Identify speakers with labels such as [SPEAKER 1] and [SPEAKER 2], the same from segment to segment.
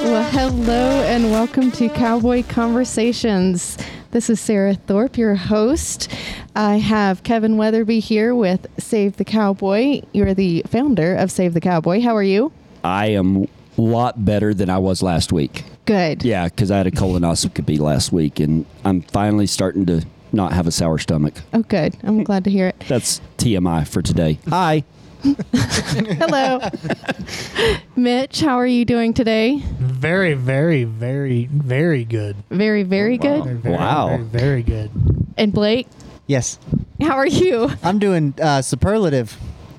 [SPEAKER 1] Well, hello and welcome to Cowboy Conversations. This is Sarah Thorpe, your host. I have Kevin Weatherby here with Save the Cowboy. You're the founder of Save the Cowboy. How are you?
[SPEAKER 2] I am a lot better than I was last week.
[SPEAKER 1] Good.
[SPEAKER 2] Yeah, because I had a colonoscopy last week, and I'm finally starting to not have a sour stomach.
[SPEAKER 1] Oh, good. I'm glad to hear it.
[SPEAKER 2] That's TMI for today. Hi.
[SPEAKER 1] Hello. Mitch, how are you doing today?
[SPEAKER 3] Very, very, very, very good.
[SPEAKER 1] Very, very
[SPEAKER 3] Very,
[SPEAKER 1] good.
[SPEAKER 3] very,
[SPEAKER 2] Wow.
[SPEAKER 3] Very, very good.
[SPEAKER 1] And Blake,
[SPEAKER 4] Yes.
[SPEAKER 1] how are you?
[SPEAKER 4] I'm doing uh, superlative.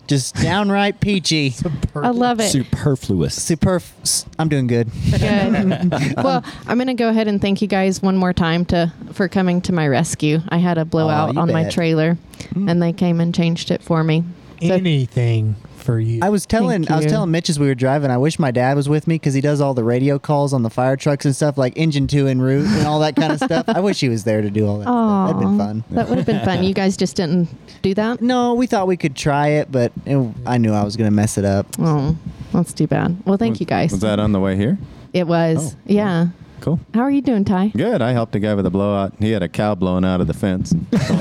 [SPEAKER 4] Just downright peachy.
[SPEAKER 1] I love it.
[SPEAKER 2] Superfluous.
[SPEAKER 4] Superf. s- I'm doing good.
[SPEAKER 1] Good. well, I'm going to go ahead and thank you guys one more time to for coming to my rescue. I had a blowout
[SPEAKER 4] you
[SPEAKER 1] on my
[SPEAKER 4] bet. Hmm.
[SPEAKER 1] trailer, and they came and changed it for me. So-
[SPEAKER 3] Anything for you.
[SPEAKER 4] I was telling
[SPEAKER 1] Thank
[SPEAKER 4] I was
[SPEAKER 1] you.
[SPEAKER 4] telling Mitch as we were driving. I wish my dad was with me because he does all the radio calls on the fire trucks and stuff, like engine two en route and all that kind of stuff. I wish he was there to do all that.
[SPEAKER 1] Aw,
[SPEAKER 4] Stuff. That'd been fun.
[SPEAKER 1] That would have been fun. You guys just didn't do that.
[SPEAKER 4] No, we thought we could try it, but it, I knew I was gonna mess it up.
[SPEAKER 1] Oh, that's too bad. Well, thank
[SPEAKER 5] Was-
[SPEAKER 1] you guys.
[SPEAKER 5] Was that on the way here?
[SPEAKER 1] it was.
[SPEAKER 5] Oh,
[SPEAKER 1] yeah.
[SPEAKER 5] Cool.
[SPEAKER 1] How are you doing, Ty?
[SPEAKER 5] Good. I helped a guy with a blowout. He had a cow blown out of the fence. so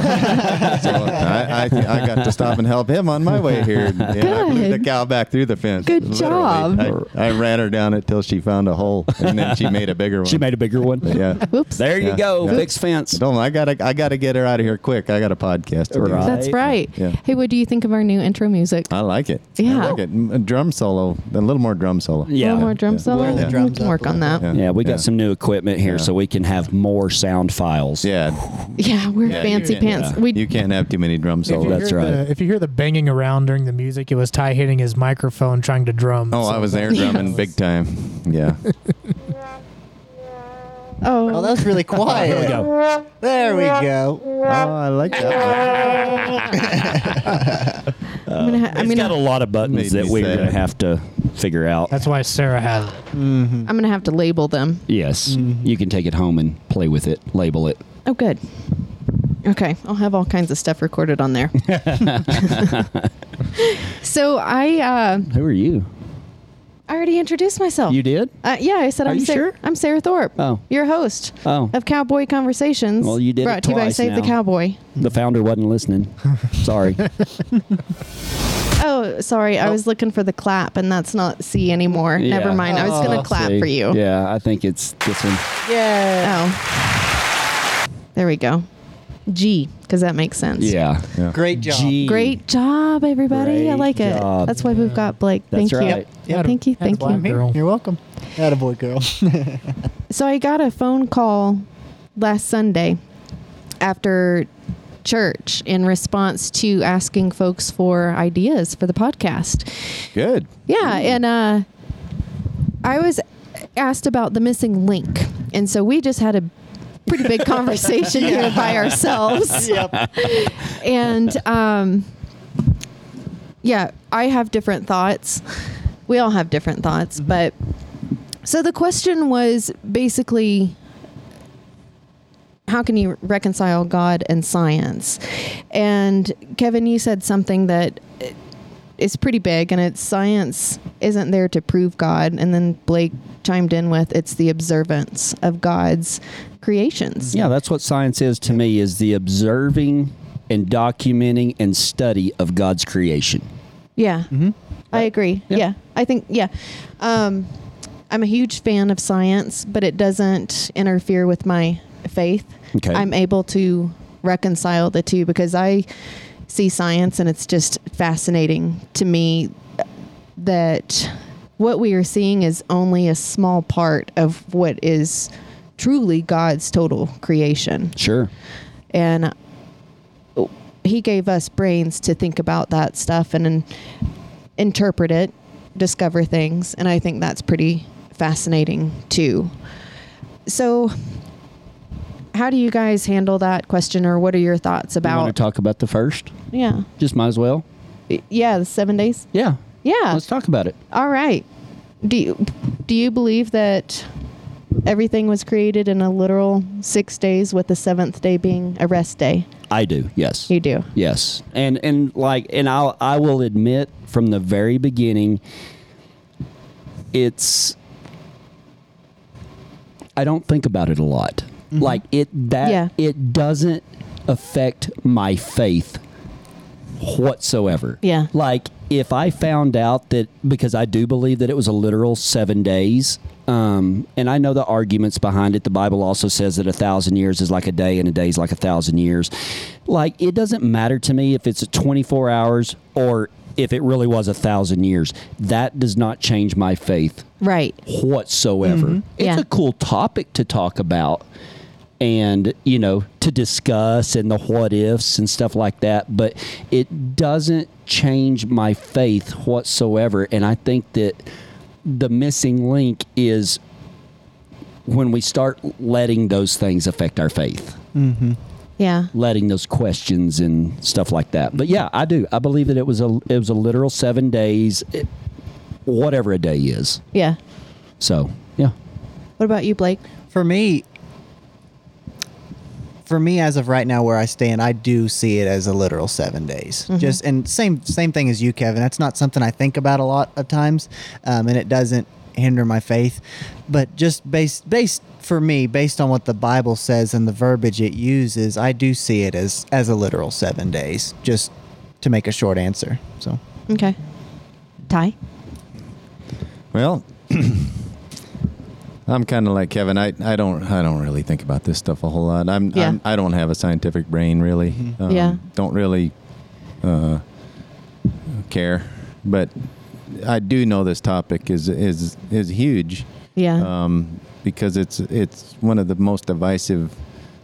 [SPEAKER 5] I, I, I got to stop and help him on my way here. Yeah, I blew the
[SPEAKER 1] Good.
[SPEAKER 5] cow back through the fence.
[SPEAKER 1] Good
[SPEAKER 5] literally.
[SPEAKER 1] job.
[SPEAKER 5] I, I ran her down it till she found a hole, and then she made a bigger one.
[SPEAKER 2] She made a bigger one.
[SPEAKER 5] Yeah.
[SPEAKER 1] Oops.
[SPEAKER 2] There you
[SPEAKER 5] Yeah.
[SPEAKER 2] go.
[SPEAKER 5] Yeah.
[SPEAKER 2] Fixed fence.
[SPEAKER 5] Don't. I gotta. I gotta get her out of here quick. I got a podcast. To do.
[SPEAKER 2] Right.
[SPEAKER 1] That's right.
[SPEAKER 5] Yeah. Uh,
[SPEAKER 1] Hey, what do you think of our new intro music?
[SPEAKER 5] I like it.
[SPEAKER 1] Yeah.
[SPEAKER 5] I like it. M- A drum solo. A little more drum solo.
[SPEAKER 1] a
[SPEAKER 2] Yeah.
[SPEAKER 1] little more drum
[SPEAKER 5] Yeah.
[SPEAKER 1] solo.
[SPEAKER 4] Blur the
[SPEAKER 1] We
[SPEAKER 4] drums
[SPEAKER 1] can
[SPEAKER 4] up
[SPEAKER 1] work
[SPEAKER 4] a
[SPEAKER 1] on that.
[SPEAKER 4] little
[SPEAKER 1] Yeah,
[SPEAKER 2] Yeah, we got some new equipment here,
[SPEAKER 5] Yeah.
[SPEAKER 2] so we can have more sound files.
[SPEAKER 5] Yeah.
[SPEAKER 1] we're
[SPEAKER 5] Yeah, you
[SPEAKER 1] fancy
[SPEAKER 5] can't-
[SPEAKER 1] pants.
[SPEAKER 5] yeah.
[SPEAKER 1] We
[SPEAKER 5] you can't have too many drum
[SPEAKER 3] If you
[SPEAKER 5] solos.
[SPEAKER 2] that's
[SPEAKER 3] hear
[SPEAKER 2] right.
[SPEAKER 3] The, if you hear the banging around during the music, it was Ty hitting his microphone trying to drum.
[SPEAKER 5] Oh,
[SPEAKER 3] so-
[SPEAKER 5] I was there drumming big time. Yeah.
[SPEAKER 1] oh,
[SPEAKER 4] Oh, that was really quiet. there we go. There we go.
[SPEAKER 5] oh, I like that.
[SPEAKER 1] I'm gonna ha- I'm
[SPEAKER 2] It's
[SPEAKER 1] gonna
[SPEAKER 2] got a lot of buttons
[SPEAKER 5] Made
[SPEAKER 2] that
[SPEAKER 5] me
[SPEAKER 2] we're
[SPEAKER 5] sad.
[SPEAKER 2] going to have to figure out.
[SPEAKER 3] That's why Sarah had it.
[SPEAKER 1] I'm gonna have to label them.
[SPEAKER 2] yes. You can take it home and play with it, label it.
[SPEAKER 1] Oh, good. Okay, I'll have all kinds of stuff recorded on there. so I, uh,
[SPEAKER 2] Who are you?
[SPEAKER 1] I already introduced myself.
[SPEAKER 2] You did?
[SPEAKER 1] Uh, yeah, I said
[SPEAKER 2] Are
[SPEAKER 1] I'm
[SPEAKER 2] you
[SPEAKER 1] Sarah.
[SPEAKER 2] sure?
[SPEAKER 1] I'm Sarah Thorpe.
[SPEAKER 2] Oh.
[SPEAKER 1] your host
[SPEAKER 2] Oh.
[SPEAKER 1] of Cowboy Conversations.
[SPEAKER 2] Well, you did it
[SPEAKER 1] Brought to you by
[SPEAKER 2] twice
[SPEAKER 1] Save the
[SPEAKER 2] now.
[SPEAKER 1] Cowboy.
[SPEAKER 2] The founder wasn't listening. Sorry.
[SPEAKER 1] Oh, sorry, I was looking for the clap, and that's not C anymore.
[SPEAKER 2] Yeah.
[SPEAKER 1] Never mind. I was gonna
[SPEAKER 2] Oh,
[SPEAKER 1] clap
[SPEAKER 2] see.
[SPEAKER 1] for you.
[SPEAKER 2] Yeah, I think it's this one.
[SPEAKER 4] Yeah.
[SPEAKER 1] Oh, there we go. G, because that makes sense.
[SPEAKER 2] Yeah.
[SPEAKER 4] Great job.
[SPEAKER 2] G.
[SPEAKER 1] Great job, everybody. I
[SPEAKER 2] Great
[SPEAKER 1] like it.
[SPEAKER 2] job.
[SPEAKER 1] That's why we've got Blake.
[SPEAKER 2] That's
[SPEAKER 1] Thank you.
[SPEAKER 2] right.
[SPEAKER 4] Yeah,
[SPEAKER 1] Thank you. Thank
[SPEAKER 3] why I'm
[SPEAKER 1] you.
[SPEAKER 3] here. Girl.
[SPEAKER 4] You're welcome. Attaboy, girl.
[SPEAKER 1] So I got a phone call last Sunday after church in response to asking folks for ideas for the podcast.
[SPEAKER 5] Good.
[SPEAKER 1] Yeah, and uh, I was asked about the missing link, and so we just had a pretty big conversation here by ourselves.
[SPEAKER 4] yep.
[SPEAKER 1] and um, yeah, I have different thoughts. We all have different thoughts, but so the question was basically how can you reconcile God and science? And Kevin, you said something that is pretty big, and it's science isn't there to prove God. And then Blake chimed in with it's the observance of God's creations.
[SPEAKER 2] Yeah, that's what science is to me is the observing and documenting and study of God's creation.
[SPEAKER 1] Yeah. I agree. Yeah. I think, yeah. Um, I'm a huge fan of science, but it doesn't interfere with my faith.
[SPEAKER 2] Okay.
[SPEAKER 1] I'm able to reconcile the two because I see science and it's just fascinating to me that what we are seeing is only a small part of what is truly God's total creation
[SPEAKER 2] Sure.
[SPEAKER 1] and he gave us brains to think about that stuff and, and interpret it, discover things, and I think that's pretty fascinating too. So, how do you guys handle that question, or what are your thoughts
[SPEAKER 2] You
[SPEAKER 1] about?
[SPEAKER 2] want to talk about the first?
[SPEAKER 1] yeah,
[SPEAKER 2] Just might as well.
[SPEAKER 1] yeah, the seven days.
[SPEAKER 2] Yeah.
[SPEAKER 1] Yeah.
[SPEAKER 2] Let's talk about it.
[SPEAKER 1] All right. Do you, do you believe that everything was created in a literal six days, with the seventh day being a rest day?
[SPEAKER 2] I do. Yes.
[SPEAKER 1] You do.
[SPEAKER 2] Yes, and and like and I will I will admit from the very beginning, it's I don't think about it a lot. Like it that
[SPEAKER 1] Yeah.
[SPEAKER 2] it doesn't affect my faith whatsoever.
[SPEAKER 1] Yeah.
[SPEAKER 2] Like if I found out that because I do believe that it was a literal seven days, um, and I know the arguments behind it. The Bible also says that a thousand years is like a day, and a day is like a thousand years. Like it doesn't matter to me if it's twenty four hours or if it really was a thousand years. That does not change my faith
[SPEAKER 1] Right.
[SPEAKER 2] whatsoever. It's
[SPEAKER 1] Yeah.
[SPEAKER 2] a cool topic to talk about and, you know, to discuss and the what ifs and stuff like that, but it doesn't change my faith whatsoever. And I think that the missing link is when we start letting those things affect our faith.
[SPEAKER 1] Yeah.
[SPEAKER 2] Letting those questions and stuff like that, but yeah, I do. I believe that it was a it was a literal seven days, it- whatever a day is.
[SPEAKER 1] Yeah.
[SPEAKER 2] So yeah,
[SPEAKER 1] What about you, Blake?
[SPEAKER 4] for me for me as of right now where i stand i do see it as a literal seven days just and same same thing as you kevin that's not something i think about a lot of times um, and it doesn't hinder my faith but just based based for me based on what the bible says and the verbiage it uses i do see it as as a literal seven days just to make a short answer so
[SPEAKER 1] Okay. Ty?
[SPEAKER 5] Well, I'm kind of like Kevin. I, I don't I don't really think about this stuff a whole lot. I'm,
[SPEAKER 1] Yeah.
[SPEAKER 5] I'm I don't have a scientific brain really. Um,
[SPEAKER 1] Yeah.
[SPEAKER 5] Don't really uh, care, but I do know this topic is is is huge
[SPEAKER 2] Mm-hmm.
[SPEAKER 1] Yeah.
[SPEAKER 5] um, because it's it's one of the most divisive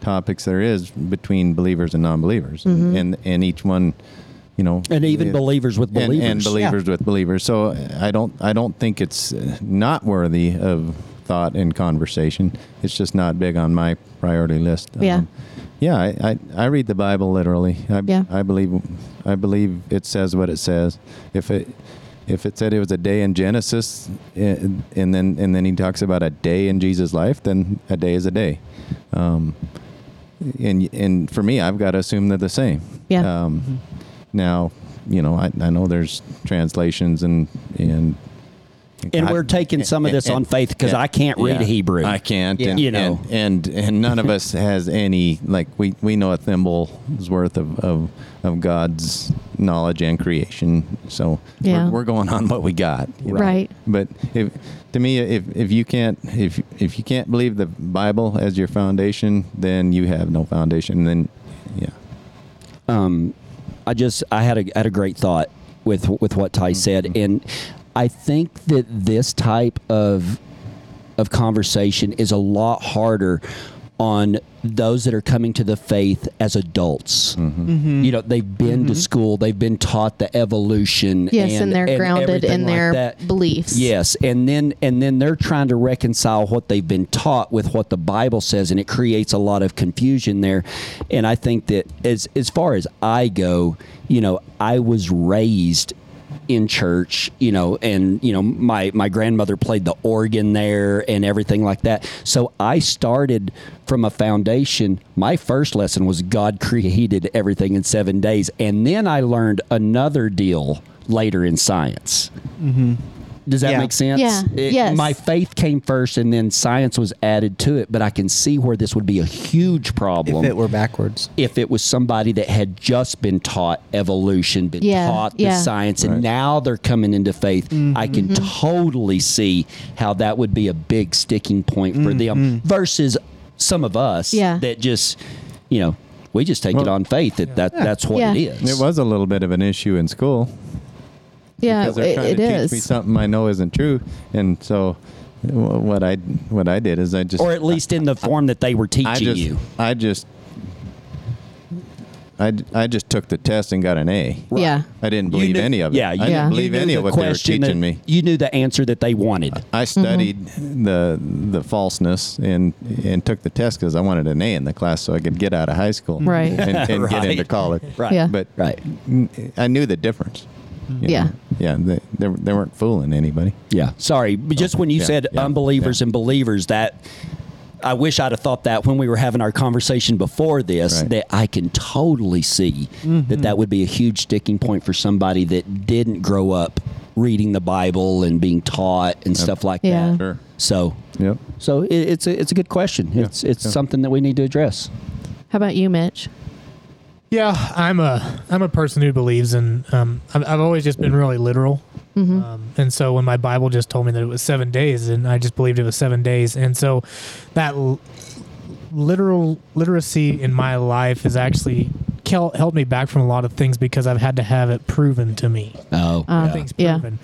[SPEAKER 5] topics there is between believers and non-believers, and, and and each one, you know,
[SPEAKER 2] Mm-hmm. and even
[SPEAKER 5] it-
[SPEAKER 2] believers with
[SPEAKER 5] and,
[SPEAKER 2] believers.
[SPEAKER 5] and believers with believers. So uh, I don't I don't think it's uh, not worthy of thought and conversation. It's just not big on my priority list. Um,
[SPEAKER 1] Yeah.
[SPEAKER 5] yeah, I, I, I read the Bible literally. I,
[SPEAKER 1] Yeah.
[SPEAKER 5] I believe I believe it says what it says. If it if it said it was a day in Genesis, and, and then and then he talks about a day in Jesus' life, then a day is a day. Um, and and for me, I've got to assume they're the same.
[SPEAKER 1] Yeah. Mm-hmm.
[SPEAKER 5] Um, now, you know, I, I know there's translations and and
[SPEAKER 2] And we're taking some of this on faith 'cause I can't read Hebrew.
[SPEAKER 5] I can't.
[SPEAKER 2] Yeah.
[SPEAKER 5] And,
[SPEAKER 2] You know.
[SPEAKER 5] and, and and none of us has any like we we know a thimble's worth of of, of God's knowledge and creation. So
[SPEAKER 1] Yeah.
[SPEAKER 5] we're, we're going on what we got. you know?
[SPEAKER 1] Right.
[SPEAKER 5] But if to me, if if you can't if if you can't believe the Bible as your foundation, then you have no foundation. Then, yeah.
[SPEAKER 2] um, I just I had a had a great thought with with what
[SPEAKER 5] Mm-hmm.
[SPEAKER 2] Ty said, and I think that this type of of conversation is a lot harder on those that are coming to the faith as adults.
[SPEAKER 5] Mm-hmm.
[SPEAKER 2] You know, they've been to school, they've been taught the evolution.
[SPEAKER 1] Yes, and they're grounded
[SPEAKER 2] everything
[SPEAKER 1] in their
[SPEAKER 2] that.
[SPEAKER 1] beliefs.
[SPEAKER 2] Yes, and then and then they're trying to reconcile what they've been taught with what the Bible says, and it creates a lot of confusion there. And I think that as as far as I go, you know, I was raised in church, you know, and you know, my my grandmother played the organ there and everything like that. So I started from a foundation. My first lesson was God created everything in 7 days, and then I learned another deal later in science. Does that
[SPEAKER 4] Yeah.
[SPEAKER 2] make sense?
[SPEAKER 1] Yeah.
[SPEAKER 2] It-
[SPEAKER 1] Yes.
[SPEAKER 2] My faith came first, and then science was added to it. But I can see where this would be a huge problem
[SPEAKER 4] if it were backwards
[SPEAKER 2] if it was somebody that had just been taught evolution, been
[SPEAKER 1] Yeah,
[SPEAKER 2] taught the
[SPEAKER 1] yeah. Mm-hmm.
[SPEAKER 2] science, and now they're coming into faith, I can totally see how that would be a big sticking point for them versus some of us
[SPEAKER 1] Yeah.
[SPEAKER 2] that just, you know, we just take it
[SPEAKER 5] Well-
[SPEAKER 2] on faith that, that that's what
[SPEAKER 1] Yeah.
[SPEAKER 2] it is.
[SPEAKER 5] It was a little bit of an issue in school.
[SPEAKER 1] yeah,
[SPEAKER 5] because they're
[SPEAKER 1] it,
[SPEAKER 5] trying
[SPEAKER 1] it
[SPEAKER 5] to teach me
[SPEAKER 1] is.
[SPEAKER 5] something I know isn't true, and so wh- what I what I did is I just
[SPEAKER 2] Or at least in the form that they were teaching
[SPEAKER 5] I just
[SPEAKER 2] you.
[SPEAKER 5] I just I, d- I just took the test and got an A.
[SPEAKER 1] Yeah.
[SPEAKER 5] I didn't believe
[SPEAKER 2] knew-
[SPEAKER 5] any of it.
[SPEAKER 2] Yeah,
[SPEAKER 5] I
[SPEAKER 2] you-
[SPEAKER 5] didn't
[SPEAKER 1] Yeah.
[SPEAKER 5] believe
[SPEAKER 2] you knew
[SPEAKER 5] any of
[SPEAKER 2] the
[SPEAKER 5] what they were
[SPEAKER 2] question
[SPEAKER 5] teaching
[SPEAKER 2] that-
[SPEAKER 5] me. Uh,
[SPEAKER 2] You knew the answer that they wanted.
[SPEAKER 5] I
[SPEAKER 1] Mm-hmm.
[SPEAKER 5] studied the the falseness and and took the test because I wanted an A in the class so I could get out of high school
[SPEAKER 1] Right.
[SPEAKER 5] and, and
[SPEAKER 2] Right.
[SPEAKER 5] get into college.
[SPEAKER 2] Right.
[SPEAKER 1] Yeah.
[SPEAKER 5] But
[SPEAKER 2] Right. Mm-hmm.
[SPEAKER 5] n- I knew the difference. you
[SPEAKER 1] Yeah.
[SPEAKER 5] know. Yeah. They, they, they weren't fooling anybody.
[SPEAKER 2] Yeah. Sorry, but just when you
[SPEAKER 5] Yeah,
[SPEAKER 2] said
[SPEAKER 5] yeah,
[SPEAKER 2] unbelievers
[SPEAKER 5] yeah.
[SPEAKER 2] and believers, that I wish I'd have thought that when we were having our conversation before this,
[SPEAKER 5] Right. Mm-hmm.
[SPEAKER 2] that I can totally see that that would be a huge sticking point for somebody that didn't grow up reading the Bible and being taught and stuff like
[SPEAKER 1] Yeah.
[SPEAKER 2] that.
[SPEAKER 5] Sure.
[SPEAKER 2] So,
[SPEAKER 5] Yep.
[SPEAKER 2] so it, it's a it's a good question. It's it's
[SPEAKER 5] yeah.
[SPEAKER 2] something that we need to address.
[SPEAKER 1] How about you, Mitch?
[SPEAKER 3] Yeah, I'm a I'm a person who believes in. Um, I've, I've always just been really literal, um, and so when my Bible just told me that it was seven days, and I just believed it was seven days, and so that l- literal literacy in my life has actually kel- held me back from a lot of things because I've had to have it proven to me.
[SPEAKER 2] Oh,
[SPEAKER 1] Uh,
[SPEAKER 2] yeah.
[SPEAKER 3] Things
[SPEAKER 1] Yeah.
[SPEAKER 3] proven.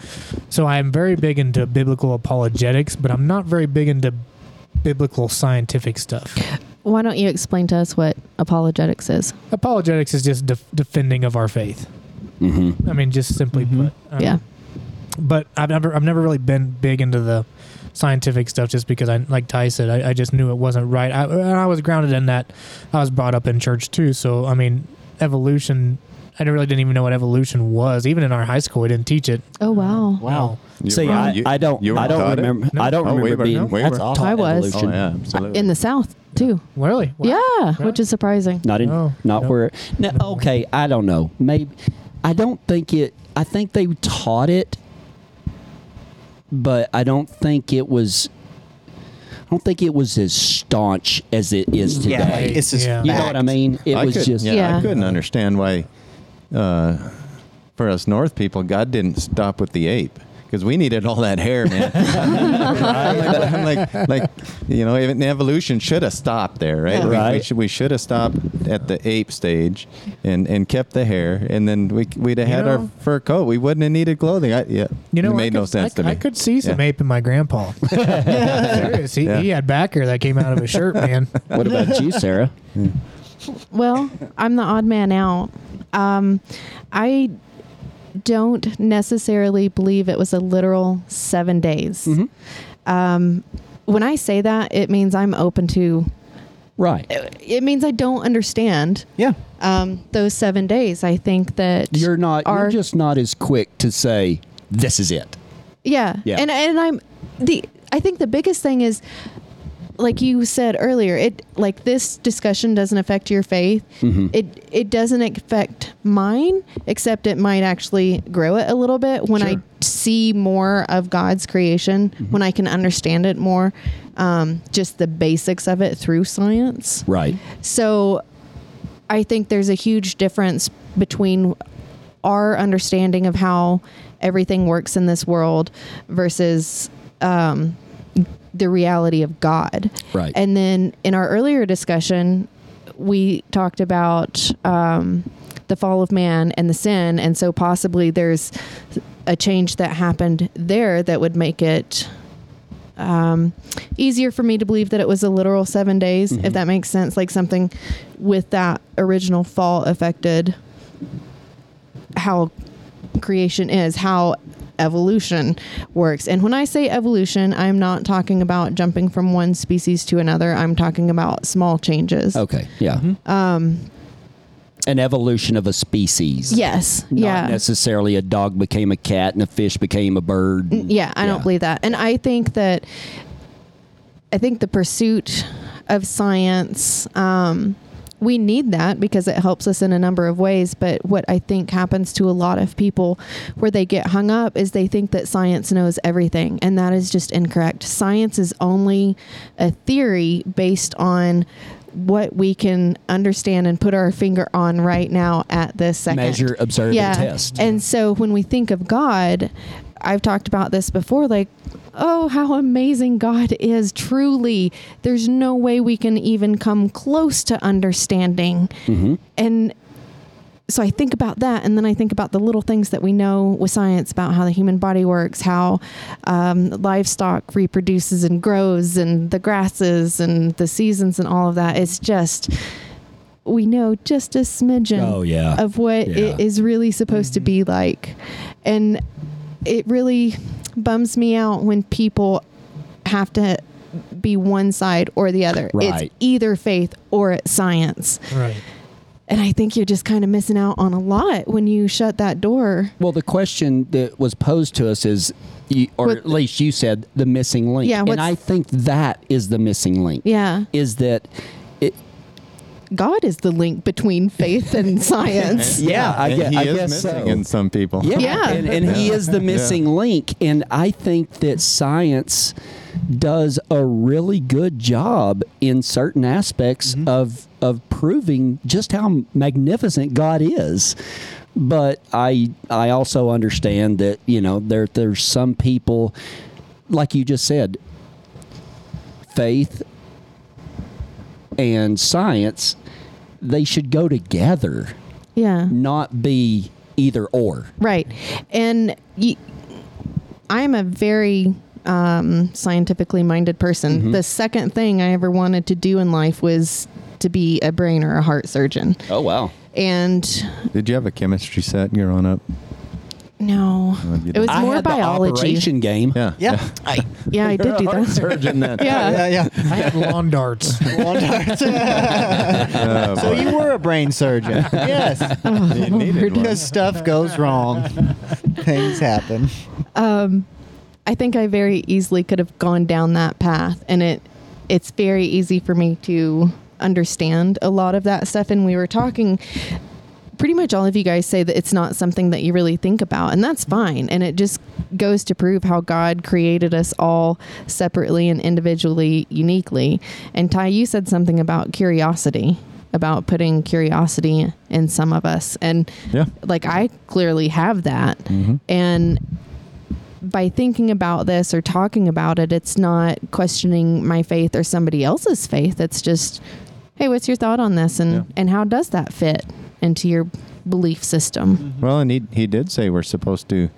[SPEAKER 3] So I'm very big into biblical apologetics, but I'm not very big into biblical scientific stuff.
[SPEAKER 1] Why don't you explain to us what apologetics is?
[SPEAKER 3] Uh-huh. Apologetics is just def- defending of our faith.
[SPEAKER 2] Mhm.
[SPEAKER 3] I mean, just simply
[SPEAKER 5] Mm-hmm.
[SPEAKER 3] put. Um,
[SPEAKER 1] Yeah.
[SPEAKER 3] But I've never, I've never really been big into the scientific stuff, just because I, like Ty said, I, I just knew it wasn't right. I, and I was grounded in that. I was brought up in church too, so I mean, evolution. I really didn't even know what evolution was. Even in our high school, we didn't teach it.
[SPEAKER 1] Oh wow.
[SPEAKER 4] Wow.
[SPEAKER 5] You
[SPEAKER 2] See,
[SPEAKER 5] were-
[SPEAKER 2] I,
[SPEAKER 5] you-
[SPEAKER 2] I don't,
[SPEAKER 5] you were
[SPEAKER 2] I don't
[SPEAKER 5] taught it?
[SPEAKER 2] remember. I don't
[SPEAKER 5] Oh, we
[SPEAKER 2] remember
[SPEAKER 5] were-
[SPEAKER 2] being.
[SPEAKER 5] no, we
[SPEAKER 2] that's
[SPEAKER 5] were.
[SPEAKER 2] taught
[SPEAKER 1] I was.
[SPEAKER 5] Oh
[SPEAKER 2] evolution.
[SPEAKER 5] yeah, absolutely.
[SPEAKER 1] In the South too.
[SPEAKER 3] Really? Wow.
[SPEAKER 1] Yeah,
[SPEAKER 3] Yeah.
[SPEAKER 1] which is surprising.
[SPEAKER 2] Not in,
[SPEAKER 3] No.
[SPEAKER 2] not
[SPEAKER 3] No.
[SPEAKER 2] where. No, okay, I don't know. Maybe I don't think it. I think they taught it, but I don't think it was. I don't think it was as staunch as it is today.
[SPEAKER 4] Yeah, like, it's just
[SPEAKER 3] Yeah.
[SPEAKER 2] you know what I
[SPEAKER 4] fact.
[SPEAKER 2] mean? It
[SPEAKER 5] I
[SPEAKER 2] was
[SPEAKER 5] couldn't-
[SPEAKER 2] just.
[SPEAKER 5] yeah,
[SPEAKER 1] Yeah.
[SPEAKER 5] I couldn't understand why, uh, for us North people, God didn't stop with the ape because we needed all that hair, man. I'm like, I'm like, like, you know, even evolution should have stopped there, right? We- We,
[SPEAKER 2] Right.
[SPEAKER 5] should, we should have stopped at the ape stage and, and kept the hair, and then we we'd have
[SPEAKER 3] You
[SPEAKER 5] had our
[SPEAKER 3] know-
[SPEAKER 5] fur coat. We wouldn't have needed clothing. I, yeah,
[SPEAKER 3] You know,
[SPEAKER 5] it
[SPEAKER 3] I
[SPEAKER 5] made no
[SPEAKER 3] could-
[SPEAKER 5] sense
[SPEAKER 3] I,
[SPEAKER 5] to me.
[SPEAKER 3] I could see some
[SPEAKER 5] Yeah.
[SPEAKER 3] ape in my grandpa. Serious. He,
[SPEAKER 5] Yeah.
[SPEAKER 3] he had back hair that came out of his shirt, man.
[SPEAKER 2] What about you, Sarah?
[SPEAKER 1] Well, I'm the odd man out. Um, I don't necessarily believe it was a literal seven days. Um, when I say that, it means I'm open to.
[SPEAKER 2] Right.
[SPEAKER 1] It means I don't understand
[SPEAKER 4] Yeah.
[SPEAKER 1] um, those seven days. I think that
[SPEAKER 2] You're not.
[SPEAKER 1] our-
[SPEAKER 2] you're just not as quick to say this is it.
[SPEAKER 1] Yeah.
[SPEAKER 2] Yeah.
[SPEAKER 1] And and I'm the I think the biggest thing is like you said earlier, it like this discussion doesn't affect your faith.
[SPEAKER 2] Mm-hmm.
[SPEAKER 1] It it doesn't affect mine, except it might actually grow it a little bit when I
[SPEAKER 2] Sure. Mm-hmm.
[SPEAKER 1] see more of God's creation, when I can understand it more, um, just the basics of it through science.
[SPEAKER 2] Right.
[SPEAKER 1] So I think there's a huge difference between our understanding of how everything works in this world versus um, the reality of God.
[SPEAKER 2] Right.
[SPEAKER 1] And then in our earlier discussion, we talked about um, the fall of man and the sin. And so possibly there's a change that happened there that would make it um, easier for me to believe that it was a literal seven days, if that makes sense. Like something with that original fall affected how creation is, how evolution works. And when I say evolution, I'm not talking about jumping from one species to another. I'm talking about small changes.
[SPEAKER 2] Okay. Yeah.
[SPEAKER 5] Mm-hmm.
[SPEAKER 2] Um. An evolution of a species.
[SPEAKER 1] Yes.
[SPEAKER 2] Not
[SPEAKER 1] yeah.
[SPEAKER 2] necessarily a dog became a cat and a fish became a bird.
[SPEAKER 1] Mm, Yeah, I
[SPEAKER 2] Mm, Yeah.
[SPEAKER 1] don't believe that. And I think that I think the pursuit of science um we need that because it helps us in a number of ways. But what I think happens to a lot of people where they get hung up is they think that science knows everything, and that is just incorrect. Science is only a theory based on what we can understand and put our finger on right now at this second
[SPEAKER 2] Measure, observe, and test.
[SPEAKER 1] and so when we think of God, I've talked about this before, like, oh, how amazing God is, truly. There's no way we can even come close to understanding.
[SPEAKER 2] Mm-hmm.
[SPEAKER 1] And so I think about that, and then I think about the little things that we know with science about how the human body works, how um, livestock reproduces and grows, and the grasses and the seasons and all of that. It's just, we know just a smidgen
[SPEAKER 2] Oh, yeah.
[SPEAKER 1] of what
[SPEAKER 2] Yeah.
[SPEAKER 1] it is really supposed to be like. And it really bums me out when people have to be one side or the other.
[SPEAKER 2] Right.
[SPEAKER 1] It's either faith or it's science.
[SPEAKER 3] Right.
[SPEAKER 1] And I think you're just kind of missing out on a lot when you shut that door.
[SPEAKER 2] Well, the question that was posed to us is, you, or
[SPEAKER 1] What-
[SPEAKER 2] at least you said, the missing link.
[SPEAKER 1] Yeah,
[SPEAKER 2] and
[SPEAKER 1] what's-
[SPEAKER 2] I think that is the missing link.
[SPEAKER 1] Yeah.
[SPEAKER 2] Is that it,
[SPEAKER 1] God is the link between faith and science.
[SPEAKER 2] Yeah, I
[SPEAKER 5] And
[SPEAKER 2] guess,
[SPEAKER 5] he
[SPEAKER 2] I
[SPEAKER 5] is
[SPEAKER 2] guess
[SPEAKER 5] missing
[SPEAKER 2] so.
[SPEAKER 5] in some people.
[SPEAKER 2] Yeah,
[SPEAKER 1] Yeah.
[SPEAKER 2] And, and he
[SPEAKER 5] Yeah.
[SPEAKER 2] is the missing link. And I think that science does a really good job in certain aspects
[SPEAKER 5] Mm-hmm.
[SPEAKER 2] of of proving just how magnificent God is. But I I also understand that you know there there's some people, like you just said, faith and science, they should go together,
[SPEAKER 1] yeah.
[SPEAKER 2] not be either or.
[SPEAKER 1] Right. And y- I'm a very um, scientifically minded person.
[SPEAKER 2] Mm-hmm.
[SPEAKER 1] The second thing I ever wanted to do in life was to be a brain or a heart surgeon.
[SPEAKER 2] Oh wow.
[SPEAKER 1] And
[SPEAKER 5] Did you have a chemistry set growing up?
[SPEAKER 1] no,
[SPEAKER 5] Oh, you
[SPEAKER 1] it was
[SPEAKER 5] did.
[SPEAKER 2] I
[SPEAKER 1] more
[SPEAKER 2] had The
[SPEAKER 1] biology.
[SPEAKER 2] operation game.
[SPEAKER 5] Yeah.
[SPEAKER 4] Yeah.
[SPEAKER 1] Yeah, I did do that.
[SPEAKER 2] surgeon then.
[SPEAKER 1] Yeah.
[SPEAKER 4] Yeah, yeah.
[SPEAKER 3] I had lawn darts.
[SPEAKER 4] Lawn darts. so you were a brain surgeon. Yes.
[SPEAKER 5] You needed one.
[SPEAKER 4] Because stuff goes wrong. Things happen.
[SPEAKER 1] I think I very easily could have gone down that path, and it it's very easy for me to understand a lot of that stuff. And we were talking. Pretty much all of you guys say that it's not something that you really think about, and that's fine. And it just goes to prove how God created us all separately and individually, uniquely. And Ty, you said something about curiosity, about putting curiosity in some of us. And
[SPEAKER 5] Yeah.
[SPEAKER 1] like I clearly have that.
[SPEAKER 5] Mm-hmm.
[SPEAKER 1] And by thinking about this or talking about it, it's not questioning my faith or somebody else's faith. It's just, hey, what's your thought on this and,
[SPEAKER 5] Yeah.
[SPEAKER 1] and how does that fit into your belief system?
[SPEAKER 5] Well, and he, he did say we're supposed to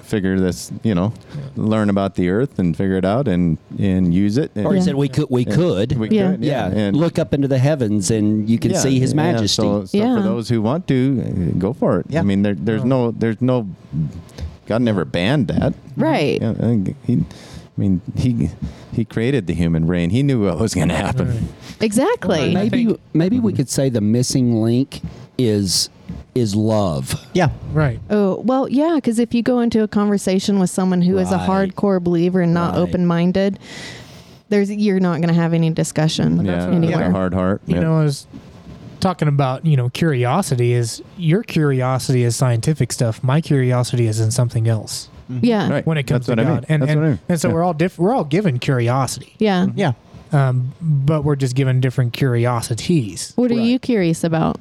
[SPEAKER 5] figure this, you know, learn about the earth and figure it out and, and use it. And
[SPEAKER 2] Or he
[SPEAKER 1] Yeah.
[SPEAKER 2] said we could. We could.
[SPEAKER 5] We
[SPEAKER 1] Yeah.
[SPEAKER 5] could,
[SPEAKER 2] yeah.
[SPEAKER 5] And
[SPEAKER 2] look up into the heavens, and you can
[SPEAKER 5] yeah,
[SPEAKER 2] see His
[SPEAKER 5] yeah,
[SPEAKER 2] Majesty.
[SPEAKER 5] so so
[SPEAKER 1] Yeah.
[SPEAKER 5] for those who want to, uh, go for it.
[SPEAKER 4] Yeah.
[SPEAKER 5] I mean, there, there's no, there's no, God never banned that.
[SPEAKER 1] Right.
[SPEAKER 5] Yeah, I think he, I mean, he, he created the human brain. He knew what was going to happen.
[SPEAKER 1] Exactly.
[SPEAKER 3] Well, I
[SPEAKER 2] maybe
[SPEAKER 3] think-
[SPEAKER 2] maybe we could say the missing link is is love.
[SPEAKER 4] Yeah.
[SPEAKER 3] Right.
[SPEAKER 1] Oh, well, yeah, because if you go into a conversation with someone who is a
[SPEAKER 2] Right.
[SPEAKER 1] hardcore believer and not
[SPEAKER 2] Right.
[SPEAKER 1] open minded, there's you're not going to have any discussion
[SPEAKER 5] Yeah.
[SPEAKER 3] what I-
[SPEAKER 5] yeah,
[SPEAKER 1] anywhere.
[SPEAKER 5] a hard heart.
[SPEAKER 3] You
[SPEAKER 5] yeah.
[SPEAKER 3] know, I was talking about, you know, curiosity is your curiosity is scientific stuff. My curiosity is in something else
[SPEAKER 1] Yeah.
[SPEAKER 5] Right.
[SPEAKER 3] when it comes
[SPEAKER 5] That's
[SPEAKER 3] to
[SPEAKER 5] what I mean.
[SPEAKER 3] God. And,
[SPEAKER 5] That's
[SPEAKER 3] and,
[SPEAKER 5] what I mean.
[SPEAKER 3] and so
[SPEAKER 5] Yeah.
[SPEAKER 3] we're all diff- we're all given curiosity,
[SPEAKER 1] Yeah.
[SPEAKER 5] Mm-hmm.
[SPEAKER 4] Yeah.
[SPEAKER 3] um, but we're just given different curiosities.
[SPEAKER 1] What are you curious about?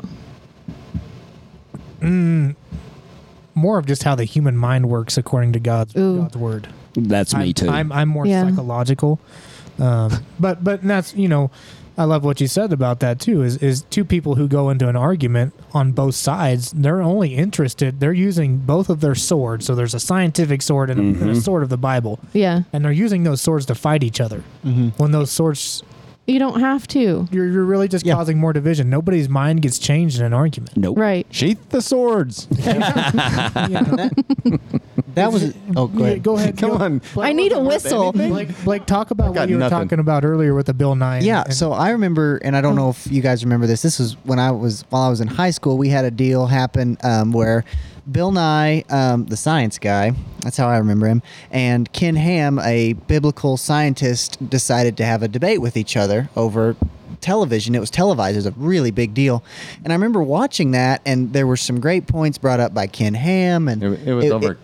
[SPEAKER 3] More of just how the human mind works according to God's,
[SPEAKER 1] Ooh.
[SPEAKER 3] God's word.
[SPEAKER 2] That's
[SPEAKER 3] I'm,
[SPEAKER 2] me too.
[SPEAKER 3] I'm, I'm more
[SPEAKER 1] Yeah.
[SPEAKER 3] psychological. Um, but but that's you know, I love what you said about that too. Is is two people who go into an argument on both sides, they're only interested. They're using both of their swords. So there's a scientific sword and, a, and a sword of the Bible,
[SPEAKER 1] Yeah.
[SPEAKER 3] and they're using those swords to fight each other. When those swords,
[SPEAKER 1] You don't have to.
[SPEAKER 3] you're, you're really just
[SPEAKER 4] Yeah.
[SPEAKER 3] causing more division. Nobody's mind gets changed in an argument.
[SPEAKER 2] nope.
[SPEAKER 1] Right.
[SPEAKER 5] Sheath the swords.
[SPEAKER 3] You know?
[SPEAKER 4] That was. Oh, go
[SPEAKER 3] Yeah,
[SPEAKER 4] ahead.
[SPEAKER 3] go ahead. go-
[SPEAKER 5] Come on.
[SPEAKER 1] I need a whistle.
[SPEAKER 3] Blake, Blake, talk about
[SPEAKER 5] got
[SPEAKER 3] what you
[SPEAKER 5] nothing.
[SPEAKER 3] were talking about earlier with the Bill Nye. and-
[SPEAKER 4] Yeah,
[SPEAKER 3] and-
[SPEAKER 4] so I remember, and I don't know if you guys remember this. This was when I was while I was in high school. We had a deal happen um, where Bill Nye, um, the science guy, that's how I remember him, and Ken Ham, a biblical scientist, decided to have a debate with each other over television. It was televised. It was a really big deal, and I remember watching that. And there were some great points brought up by Ken Ham, and
[SPEAKER 5] It- it was over-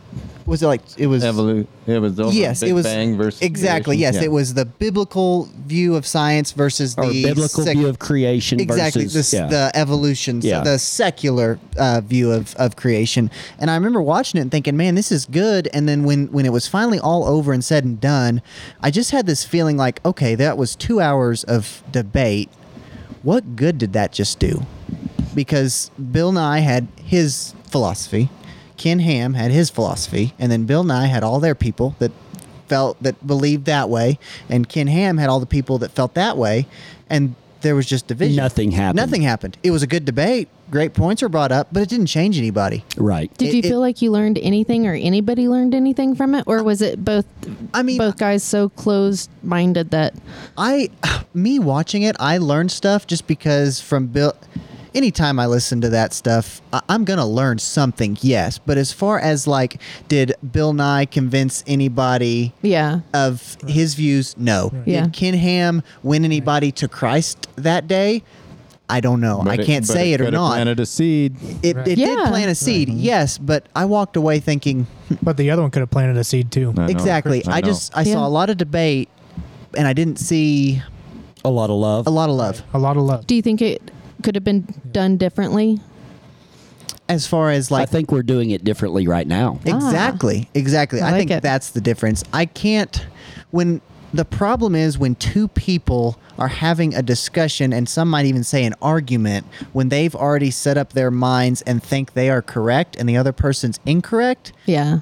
[SPEAKER 4] was it like it was
[SPEAKER 5] Evolu- it was over
[SPEAKER 4] yes,
[SPEAKER 5] Big
[SPEAKER 4] it was
[SPEAKER 5] Bang versus
[SPEAKER 4] exactly.
[SPEAKER 5] creation.
[SPEAKER 4] Yes,
[SPEAKER 5] Yeah.
[SPEAKER 4] it was the biblical view of science versus
[SPEAKER 2] Or
[SPEAKER 4] the
[SPEAKER 2] biblical
[SPEAKER 4] sec-
[SPEAKER 2] view of creation
[SPEAKER 4] exactly
[SPEAKER 2] versus
[SPEAKER 4] the,
[SPEAKER 2] yeah.
[SPEAKER 4] the evolution,
[SPEAKER 2] Yeah.
[SPEAKER 4] the secular uh, view of, of creation. And I remember watching it and thinking, man, this is good. And then when when it was finally all over and said and done, I just had this feeling like, okay, that was two hours of debate. What good did that just do? Because Bill Nye had his philosophy, Ken Ham had his philosophy, and then Bill Nye had all their people that felt that believed that way, and Ken Ham had all the people that felt that way, and there was just division.
[SPEAKER 2] Nothing happened.
[SPEAKER 4] Nothing happened. It was a good debate. Great points were brought up, but it didn't change anybody.
[SPEAKER 2] right.
[SPEAKER 1] Did
[SPEAKER 4] It-
[SPEAKER 1] you
[SPEAKER 4] it-
[SPEAKER 1] feel like you learned anything or anybody learned anything from it or was it both
[SPEAKER 4] I mean,
[SPEAKER 1] both guys so closed-minded that
[SPEAKER 4] I, me watching it, I learned stuff just because from Bill. Anytime I listen to that stuff, I, I'm gonna learn something. Yes, but as far as like, did Bill Nye convince anybody
[SPEAKER 1] yeah.
[SPEAKER 4] of his views? No.
[SPEAKER 1] Yeah.
[SPEAKER 4] Did Ken Ham win anybody to Christ that day? I don't know. I
[SPEAKER 5] But
[SPEAKER 4] can't
[SPEAKER 5] but
[SPEAKER 4] say it, or
[SPEAKER 5] coulda
[SPEAKER 4] not.
[SPEAKER 5] Planted a seed.
[SPEAKER 4] It,
[SPEAKER 3] Right.
[SPEAKER 4] it did
[SPEAKER 1] Yeah. Mm-hmm.
[SPEAKER 4] plant a seed, yes, but I walked away thinking
[SPEAKER 3] But the other one could have planted a seed too.
[SPEAKER 5] I know.
[SPEAKER 4] exactly. I,
[SPEAKER 5] know.
[SPEAKER 4] just I
[SPEAKER 1] Yeah.
[SPEAKER 4] saw a lot of debate, and I didn't see
[SPEAKER 2] A lot of love.
[SPEAKER 4] a lot of love
[SPEAKER 3] A lot of love.
[SPEAKER 1] Do you think it could have been done differently?
[SPEAKER 4] as far as
[SPEAKER 2] I
[SPEAKER 4] like
[SPEAKER 2] think we're doing it differently right now.
[SPEAKER 1] Ah.
[SPEAKER 4] Exactly. Exactly.
[SPEAKER 1] I
[SPEAKER 4] I,
[SPEAKER 1] like
[SPEAKER 4] think
[SPEAKER 1] it.
[SPEAKER 4] that's the difference. I can't when the problem is when two people are having a discussion and some might even say an argument when they've already set up their minds and think they are correct and the other person's incorrect,
[SPEAKER 1] Yeah.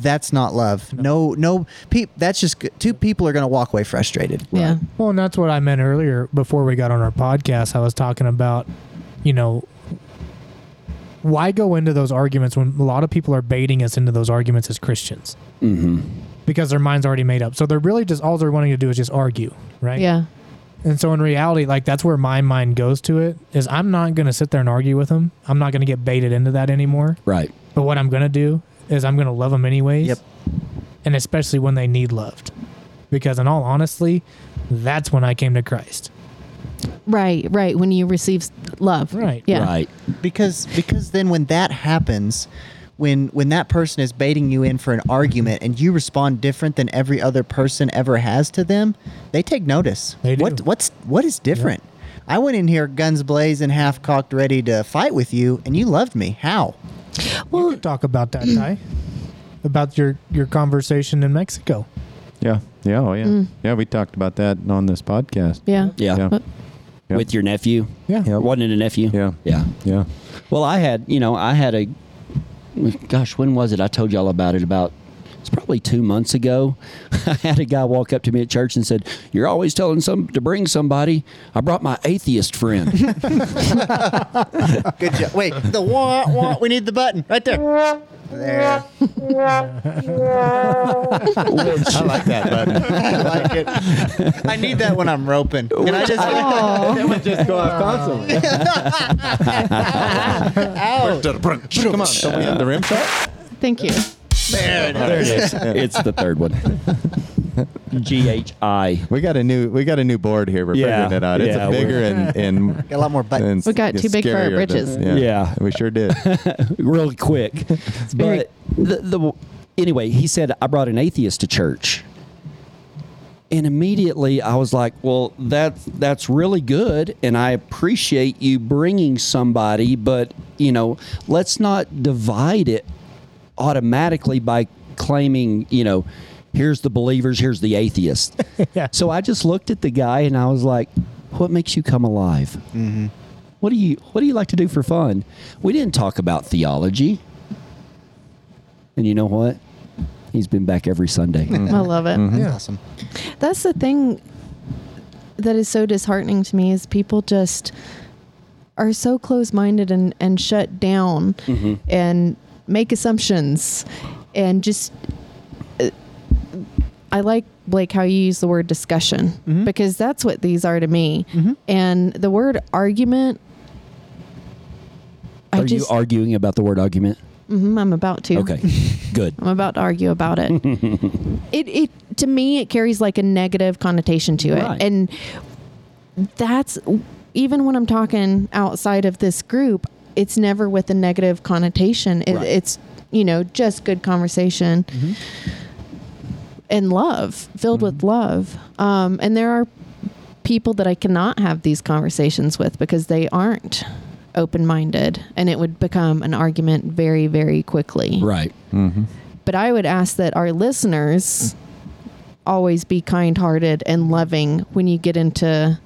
[SPEAKER 4] that's not love. No no, peop that's just g- two people are going to walk away frustrated.
[SPEAKER 1] Yeah.
[SPEAKER 3] Well, and that's what I meant earlier before we got on our podcast. I was talking about, you know, why go into those arguments when a lot of people are baiting us into those arguments as Christians
[SPEAKER 2] Mm-hmm.
[SPEAKER 3] because their mind's already made up. So they're really just all they're wanting to do is just argue, right?
[SPEAKER 1] Yeah.
[SPEAKER 3] And so in reality, like that's where my mind goes to it is I'm not going to sit there and argue with them. I'm not going to get baited into that anymore.
[SPEAKER 2] Right.
[SPEAKER 3] But what I'm going to do is I'm going to love them anyways.
[SPEAKER 4] Yep.
[SPEAKER 3] And especially when they need loved. Because in all honesty, that's when I came to Christ.
[SPEAKER 1] Right. Right. When you receive love.
[SPEAKER 3] Right.
[SPEAKER 1] Yeah.
[SPEAKER 2] Right.
[SPEAKER 4] because because then when that happens when when that person is baiting you in for an argument and you respond different than every other person ever has to them they take notice
[SPEAKER 3] They do.
[SPEAKER 4] what what's what is different i went in here guns blazing half cocked ready to fight with you and you loved me how
[SPEAKER 3] You could talk about that, Ty. About your your conversation in Mexico.
[SPEAKER 5] Yeah. Yeah. Oh, yeah.
[SPEAKER 4] Mm.
[SPEAKER 5] Yeah. We talked about that on this podcast.
[SPEAKER 1] Yeah.
[SPEAKER 2] Yeah.
[SPEAKER 4] Uh-huh.
[SPEAKER 5] Yeah. Yep.
[SPEAKER 2] With your nephew.
[SPEAKER 3] Yeah.
[SPEAKER 5] Yep.
[SPEAKER 2] Wasn't it a nephew?
[SPEAKER 5] Yeah.
[SPEAKER 2] Yeah.
[SPEAKER 5] Yeah.
[SPEAKER 2] Well, I had, you know, I had a, gosh, when was it? I told y'all about it about, it's probably two months ago. I had a guy walk up to me at church and said, You're always telling some to bring somebody. I brought my atheist friend.
[SPEAKER 4] good job wait the wah wah we need the button right there there
[SPEAKER 2] which,
[SPEAKER 4] I like that button. I like it. I need that when I'm roping. Can I just? that would just go off constantly. Ow.
[SPEAKER 5] Come on. Don't we have the rim shot?
[SPEAKER 1] Thank you.
[SPEAKER 4] There it is.
[SPEAKER 2] there it is. It's the third one. G H I.
[SPEAKER 5] We got a new we got a new board here. We're
[SPEAKER 2] Yeah.
[SPEAKER 5] figuring it out. It's
[SPEAKER 2] Yeah,
[SPEAKER 5] a bigger and and,
[SPEAKER 4] Got a lot more buttons.
[SPEAKER 5] and
[SPEAKER 1] We got
[SPEAKER 5] s-
[SPEAKER 1] too big for our
[SPEAKER 5] scarier than-
[SPEAKER 1] britches.
[SPEAKER 5] yeah,
[SPEAKER 2] Yeah.
[SPEAKER 5] we sure did.
[SPEAKER 2] real quick.
[SPEAKER 1] very-
[SPEAKER 2] but the, the anyway, he said I brought an atheist to church, and immediately I was like, "Well, that's that's really good, and I appreciate you bringing somebody, but you know, let's not divide it automatically by claiming, you know." Here's the believers, here's the atheists.
[SPEAKER 3] Yeah.
[SPEAKER 2] So I just looked at the guy and I was like, "What makes you come alive?" what do you what do you like to do for fun? We didn't talk about theology. And you know what? He's been back every Sunday.
[SPEAKER 4] Hmm.
[SPEAKER 1] I love
[SPEAKER 4] Mm-hmm.
[SPEAKER 1] it.
[SPEAKER 3] Yeah.
[SPEAKER 4] Awesome.
[SPEAKER 1] That's the thing that is so disheartening to me is people just are so close-minded and, and shut down
[SPEAKER 2] Mm-hmm.
[SPEAKER 1] and make assumptions and just uh, i like blake how you use the word discussion because that's what these are to me and the word argument i
[SPEAKER 2] Are you
[SPEAKER 1] just
[SPEAKER 2] arguing about the word argument?
[SPEAKER 1] mhm, i'm about to
[SPEAKER 2] Okay. Good.
[SPEAKER 1] I'm about to argue about it. it it to me it carries like a negative connotation to it.
[SPEAKER 2] Right.
[SPEAKER 1] And that's even when I'm talking outside of this group, it's never with a negative connotation. It,
[SPEAKER 2] Right. Mm-hmm.
[SPEAKER 1] It's you know just good conversation and love, filled with love. Um, and there are people that I cannot have these conversations with because they aren't open-minded and it would become an argument very very quickly
[SPEAKER 2] Right.
[SPEAKER 5] Mm-hmm.
[SPEAKER 1] but I would ask that our listeners always be kind hearted and loving when you get into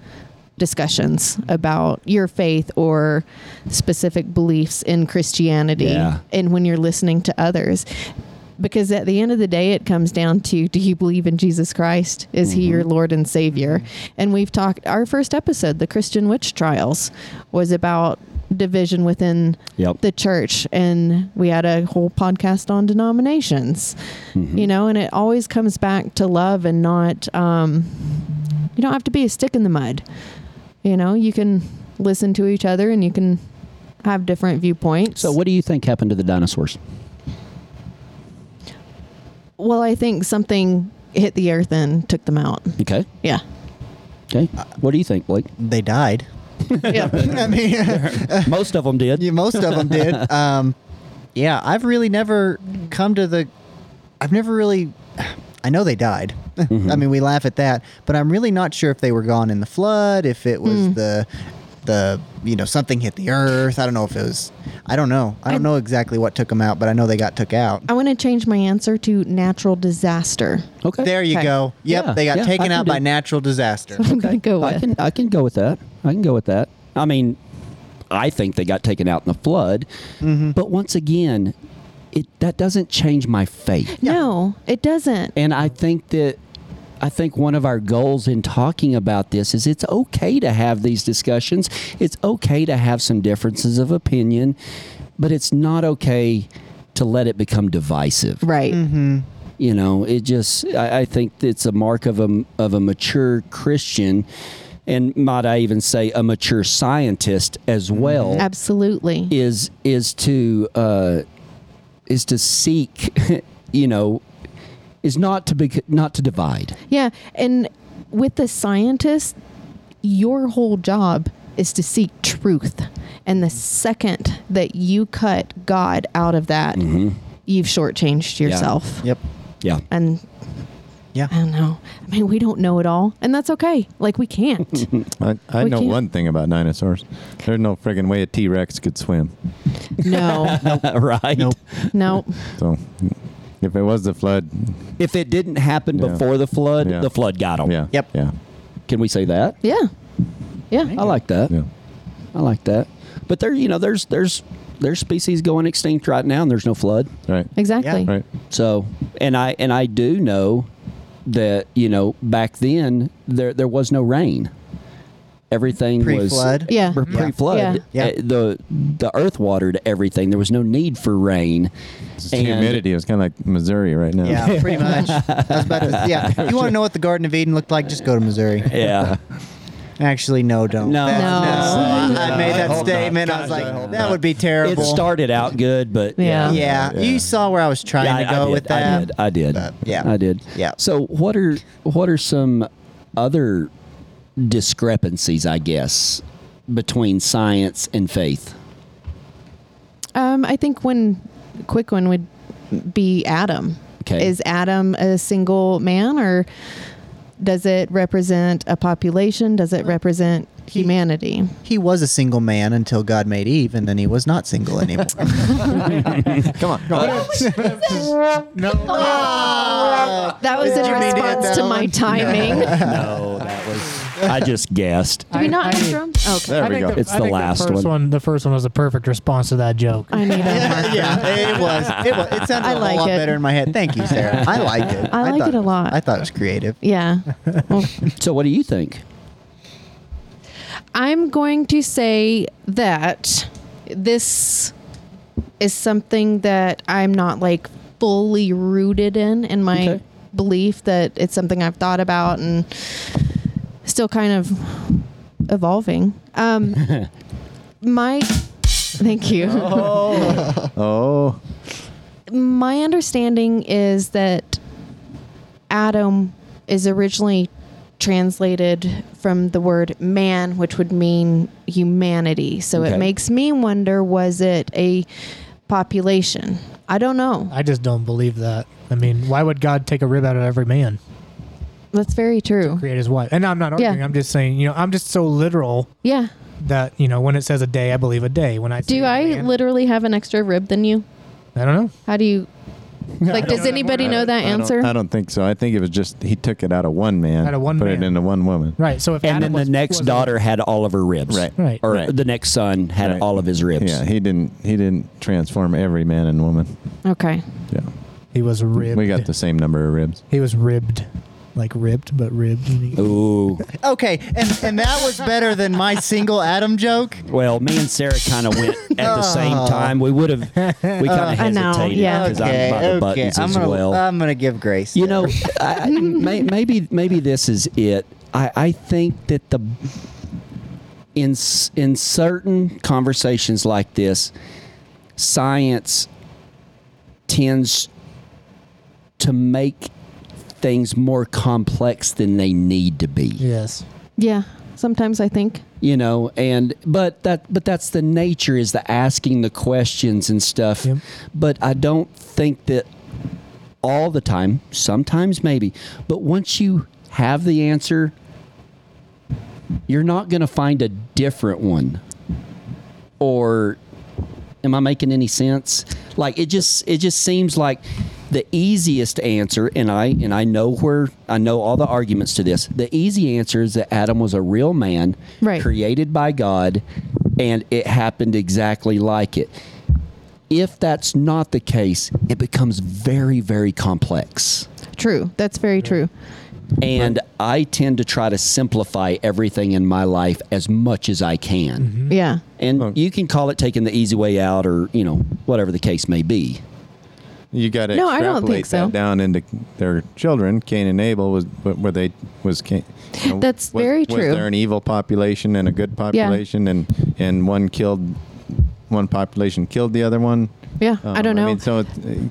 [SPEAKER 1] discussions about your faith or specific beliefs in Christianity
[SPEAKER 2] Yeah.
[SPEAKER 1] and when you're listening to others. Because at the end of the day, it comes down to do you believe in Jesus Christ? Is he your Lord and Savior? And we've talked, our first episode, the Christian Witch Trials, was about division within
[SPEAKER 2] Yep.
[SPEAKER 1] the church and we had a whole podcast on denominations
[SPEAKER 2] Mm-hmm.
[SPEAKER 1] you know and it always comes back to love and not um, you don't have to be a stick in the mud you know you can listen to each other and you can have different viewpoints
[SPEAKER 2] So what do you think happened to the dinosaurs?
[SPEAKER 1] well i think something hit the earth and took them out
[SPEAKER 2] Okay.
[SPEAKER 1] yeah
[SPEAKER 2] Okay. What do you think, Blake?
[SPEAKER 4] They died.
[SPEAKER 1] yeah.
[SPEAKER 4] I mean,
[SPEAKER 2] Most of them did.
[SPEAKER 4] Yeah, most of them did. Um, yeah, I've really never come to the. I've never really. I know they died. I mean, we laugh at that, but I'm really not sure if they were gone in the flood, if it was the, the you know something hit the earth. I don't know if it was. I don't know. I don't
[SPEAKER 1] I-
[SPEAKER 4] know exactly what took them out, but I know they got took out.
[SPEAKER 1] I want to change my answer to natural disaster.
[SPEAKER 2] Oh, Okay.
[SPEAKER 4] There you
[SPEAKER 1] Okay.
[SPEAKER 4] go. Yep,
[SPEAKER 2] Yeah,
[SPEAKER 4] they got
[SPEAKER 2] yeah, I
[SPEAKER 4] taken
[SPEAKER 2] can
[SPEAKER 4] out by
[SPEAKER 2] do-
[SPEAKER 4] natural disaster.
[SPEAKER 1] I'm gonna go
[SPEAKER 2] I
[SPEAKER 1] with.
[SPEAKER 2] can I can go with that. I can go with that. I mean, I think they got taken out in the flood,
[SPEAKER 4] Mm-hmm.
[SPEAKER 2] but once again, it that doesn't change my faith.
[SPEAKER 1] No, it doesn't.
[SPEAKER 2] And I think that I think one of our goals in talking about this is it's okay to have these discussions. It's okay to have some differences of opinion, but it's not okay to let it become divisive.
[SPEAKER 1] Right.
[SPEAKER 2] You know, it just I, I think it's a mark of a of a mature Christian. And might I even say a mature scientist as well?
[SPEAKER 1] Absolutely.
[SPEAKER 2] is is to uh, is to seek, you know, is not to be not to divide.
[SPEAKER 1] Yeah, and with the scientist, your whole job is to seek truth. And the second that you cut God out of that,
[SPEAKER 2] Mm.
[SPEAKER 5] Mm-hmm.
[SPEAKER 1] you've shortchanged yourself.
[SPEAKER 4] Yep.
[SPEAKER 2] Yeah,
[SPEAKER 1] And
[SPEAKER 4] Yeah.
[SPEAKER 1] I don't know. I mean, we don't know it all, and that's okay. Like we can't.
[SPEAKER 5] I, I
[SPEAKER 1] We
[SPEAKER 5] know
[SPEAKER 1] can't-
[SPEAKER 5] one thing about dinosaurs. There's no friggin' way a T Rex could swim.
[SPEAKER 1] no,
[SPEAKER 2] right.
[SPEAKER 1] no.
[SPEAKER 5] So if it was the flood,
[SPEAKER 2] If it didn't happen
[SPEAKER 5] Yeah.
[SPEAKER 2] before the flood,
[SPEAKER 5] Yeah.
[SPEAKER 2] the flood got them.
[SPEAKER 5] yeah.
[SPEAKER 4] Yep.
[SPEAKER 5] Yeah.
[SPEAKER 2] Can we say that?
[SPEAKER 1] Yeah, yeah.
[SPEAKER 2] I like that.
[SPEAKER 5] Yeah.
[SPEAKER 2] I like that. But there, you know, there's there's there's species going extinct right now, and there's no flood.
[SPEAKER 5] Right.
[SPEAKER 1] Exactly.
[SPEAKER 5] Right.
[SPEAKER 2] So, and I and I do know that you know back then there there was no rain. Everything
[SPEAKER 4] Pre-flood?
[SPEAKER 2] was
[SPEAKER 1] Yeah.
[SPEAKER 2] pre- pre-flood.
[SPEAKER 4] Yeah.
[SPEAKER 2] Uh, The the earth watered everything. There was no need for rain.
[SPEAKER 5] It's
[SPEAKER 2] And-
[SPEAKER 5] humidity. It's kind of like Missouri right now.
[SPEAKER 4] Yeah, pretty much. I was about to, yeah. If you want to know what the Garden of Eden looked like, just go to Missouri.
[SPEAKER 2] Yeah.
[SPEAKER 4] Actually, no, don't.
[SPEAKER 2] No.
[SPEAKER 4] That's-
[SPEAKER 1] No.
[SPEAKER 4] I, I made
[SPEAKER 2] I hope
[SPEAKER 4] that
[SPEAKER 2] not.
[SPEAKER 4] statement. I was
[SPEAKER 2] Gosh, I hope
[SPEAKER 4] like,
[SPEAKER 2] not.
[SPEAKER 4] that would be
[SPEAKER 2] it
[SPEAKER 4] terrible.
[SPEAKER 2] started out good, but
[SPEAKER 1] Yeah.
[SPEAKER 2] yeah.
[SPEAKER 4] Yeah,
[SPEAKER 5] Yeah.
[SPEAKER 4] you saw where I was trying to
[SPEAKER 2] I-
[SPEAKER 4] go
[SPEAKER 2] I did,
[SPEAKER 4] with that.
[SPEAKER 2] I did. I did.
[SPEAKER 4] But, yeah.
[SPEAKER 2] I did.
[SPEAKER 4] Yeah.
[SPEAKER 2] So what are what are some other discrepancies, I guess, between science and faith?
[SPEAKER 1] Um, I think one quick one would be Adam.
[SPEAKER 2] Okay.
[SPEAKER 1] Is Adam a single man or does it represent a population? Does it represent humanity?
[SPEAKER 4] He was a single man until God made Eve, and then he was not single anymore.
[SPEAKER 5] Come on.
[SPEAKER 3] No,
[SPEAKER 1] That was in
[SPEAKER 4] Ah. you mean to hit
[SPEAKER 1] response
[SPEAKER 4] that
[SPEAKER 1] to my
[SPEAKER 4] one?
[SPEAKER 1] timing.
[SPEAKER 2] no, that was I just guessed.
[SPEAKER 1] Do we not
[SPEAKER 3] I-
[SPEAKER 1] have
[SPEAKER 3] I-
[SPEAKER 1] drums? Okay.
[SPEAKER 5] There we go.
[SPEAKER 2] It's the last
[SPEAKER 3] first
[SPEAKER 2] one.
[SPEAKER 3] The first one was a perfect response to that joke.
[SPEAKER 1] I need a marker.
[SPEAKER 4] yeah, it was. It was. It sounded
[SPEAKER 1] I
[SPEAKER 4] a whole
[SPEAKER 1] like
[SPEAKER 4] lot
[SPEAKER 1] it.
[SPEAKER 4] better in my head. Thank you, Sarah. I liked it.
[SPEAKER 1] I like
[SPEAKER 4] thought
[SPEAKER 1] it a lot.
[SPEAKER 4] I thought it was creative.
[SPEAKER 1] Yeah. Well,
[SPEAKER 2] So what do you think?
[SPEAKER 1] I'm going to say that this is something that I'm not like fully rooted in in my
[SPEAKER 2] Okay.
[SPEAKER 1] belief that it's something I've thought about and still kind of evolving. Um my thank you.
[SPEAKER 5] Oh.
[SPEAKER 1] My understanding is that Adam is originally translated from the word man, which would mean humanity. So
[SPEAKER 2] Okay.
[SPEAKER 1] it makes me wonder was it a population? I don't know.
[SPEAKER 3] I just don't believe that. I mean, why would God take a rib out of every man,
[SPEAKER 1] That's very true.
[SPEAKER 3] create his wife? And I'm not
[SPEAKER 1] Yeah.
[SPEAKER 3] arguing. I'm just saying, you know, I'm just so literal
[SPEAKER 1] Yeah.
[SPEAKER 3] that you know when it says a day, I believe a day. When I say
[SPEAKER 1] Do
[SPEAKER 3] a
[SPEAKER 1] I
[SPEAKER 3] man,
[SPEAKER 1] literally have an extra rib than you?
[SPEAKER 3] I don't know.
[SPEAKER 1] How do you like does anybody know that
[SPEAKER 5] I don't-
[SPEAKER 1] answer?
[SPEAKER 5] I don't think so. I think it was just he took it out of one man,
[SPEAKER 3] Out of one
[SPEAKER 5] put
[SPEAKER 3] man.
[SPEAKER 5] it into one woman.
[SPEAKER 3] Right. So if
[SPEAKER 2] And
[SPEAKER 3] Adam
[SPEAKER 2] then
[SPEAKER 3] was-
[SPEAKER 2] the next
[SPEAKER 3] was-
[SPEAKER 2] daughter had all of her ribs.
[SPEAKER 5] Right.
[SPEAKER 3] Right.
[SPEAKER 2] Or
[SPEAKER 5] Right.
[SPEAKER 2] the next son had
[SPEAKER 5] Right.
[SPEAKER 2] all of his ribs.
[SPEAKER 5] Yeah, he didn't. He didn't transform every man and woman.
[SPEAKER 1] Okay.
[SPEAKER 5] Yeah,
[SPEAKER 3] he was ribbed.
[SPEAKER 5] we got the same number of ribs.
[SPEAKER 3] He was ribbed, like ripped, but ribbed.
[SPEAKER 2] Oh. Ooh.
[SPEAKER 4] Okay, and and that was better than my single Adam joke.
[SPEAKER 2] Well, me and Sarah kind of went at the same time. We would have, we kind of
[SPEAKER 1] I
[SPEAKER 2] hesitated
[SPEAKER 1] know, yeah.
[SPEAKER 2] because I'm by the buttons
[SPEAKER 4] I'm
[SPEAKER 2] as
[SPEAKER 4] gonna,
[SPEAKER 2] well.
[SPEAKER 1] um,
[SPEAKER 4] I'm gonna give grace.
[SPEAKER 2] You know, I, I- may, maybe maybe this is it. I, I think that the in s- in certain conversations like this, science tends to make things more complex than they need to be.
[SPEAKER 3] Yes.
[SPEAKER 1] Yeah. Sometimes I think.
[SPEAKER 2] you know and but that but that's the nature is the asking the questions and stuff
[SPEAKER 3] Yep.
[SPEAKER 2] but i don't think that all the time sometimes maybe but once you have the answer you're not going to find a different one or am i making any sense like it just it just seems like the easiest answer and i and i know where i know all the arguments to this the easy answer is that adam was a real man
[SPEAKER 1] Right.
[SPEAKER 2] created by god and it happened exactly like it if that's not the case it becomes very very complex
[SPEAKER 1] True. That's very true.
[SPEAKER 2] and i tend to try to simplify everything in my life as much as i can
[SPEAKER 1] Yeah.
[SPEAKER 2] and
[SPEAKER 5] Oh.
[SPEAKER 2] you can call it taking the easy way out or, you know, whatever the case may be.
[SPEAKER 5] You got to
[SPEAKER 1] No, I
[SPEAKER 5] extrapolate
[SPEAKER 1] don't think so.
[SPEAKER 5] that down into their children. Cain and Abel was but were they was Cain. you know,
[SPEAKER 1] That's
[SPEAKER 5] was-
[SPEAKER 1] very true.
[SPEAKER 5] Was there an evil population and a good population, and and one killed one population killed the other one?
[SPEAKER 1] Yeah. I
[SPEAKER 5] Um,
[SPEAKER 1] don't know.
[SPEAKER 5] I mean, so it,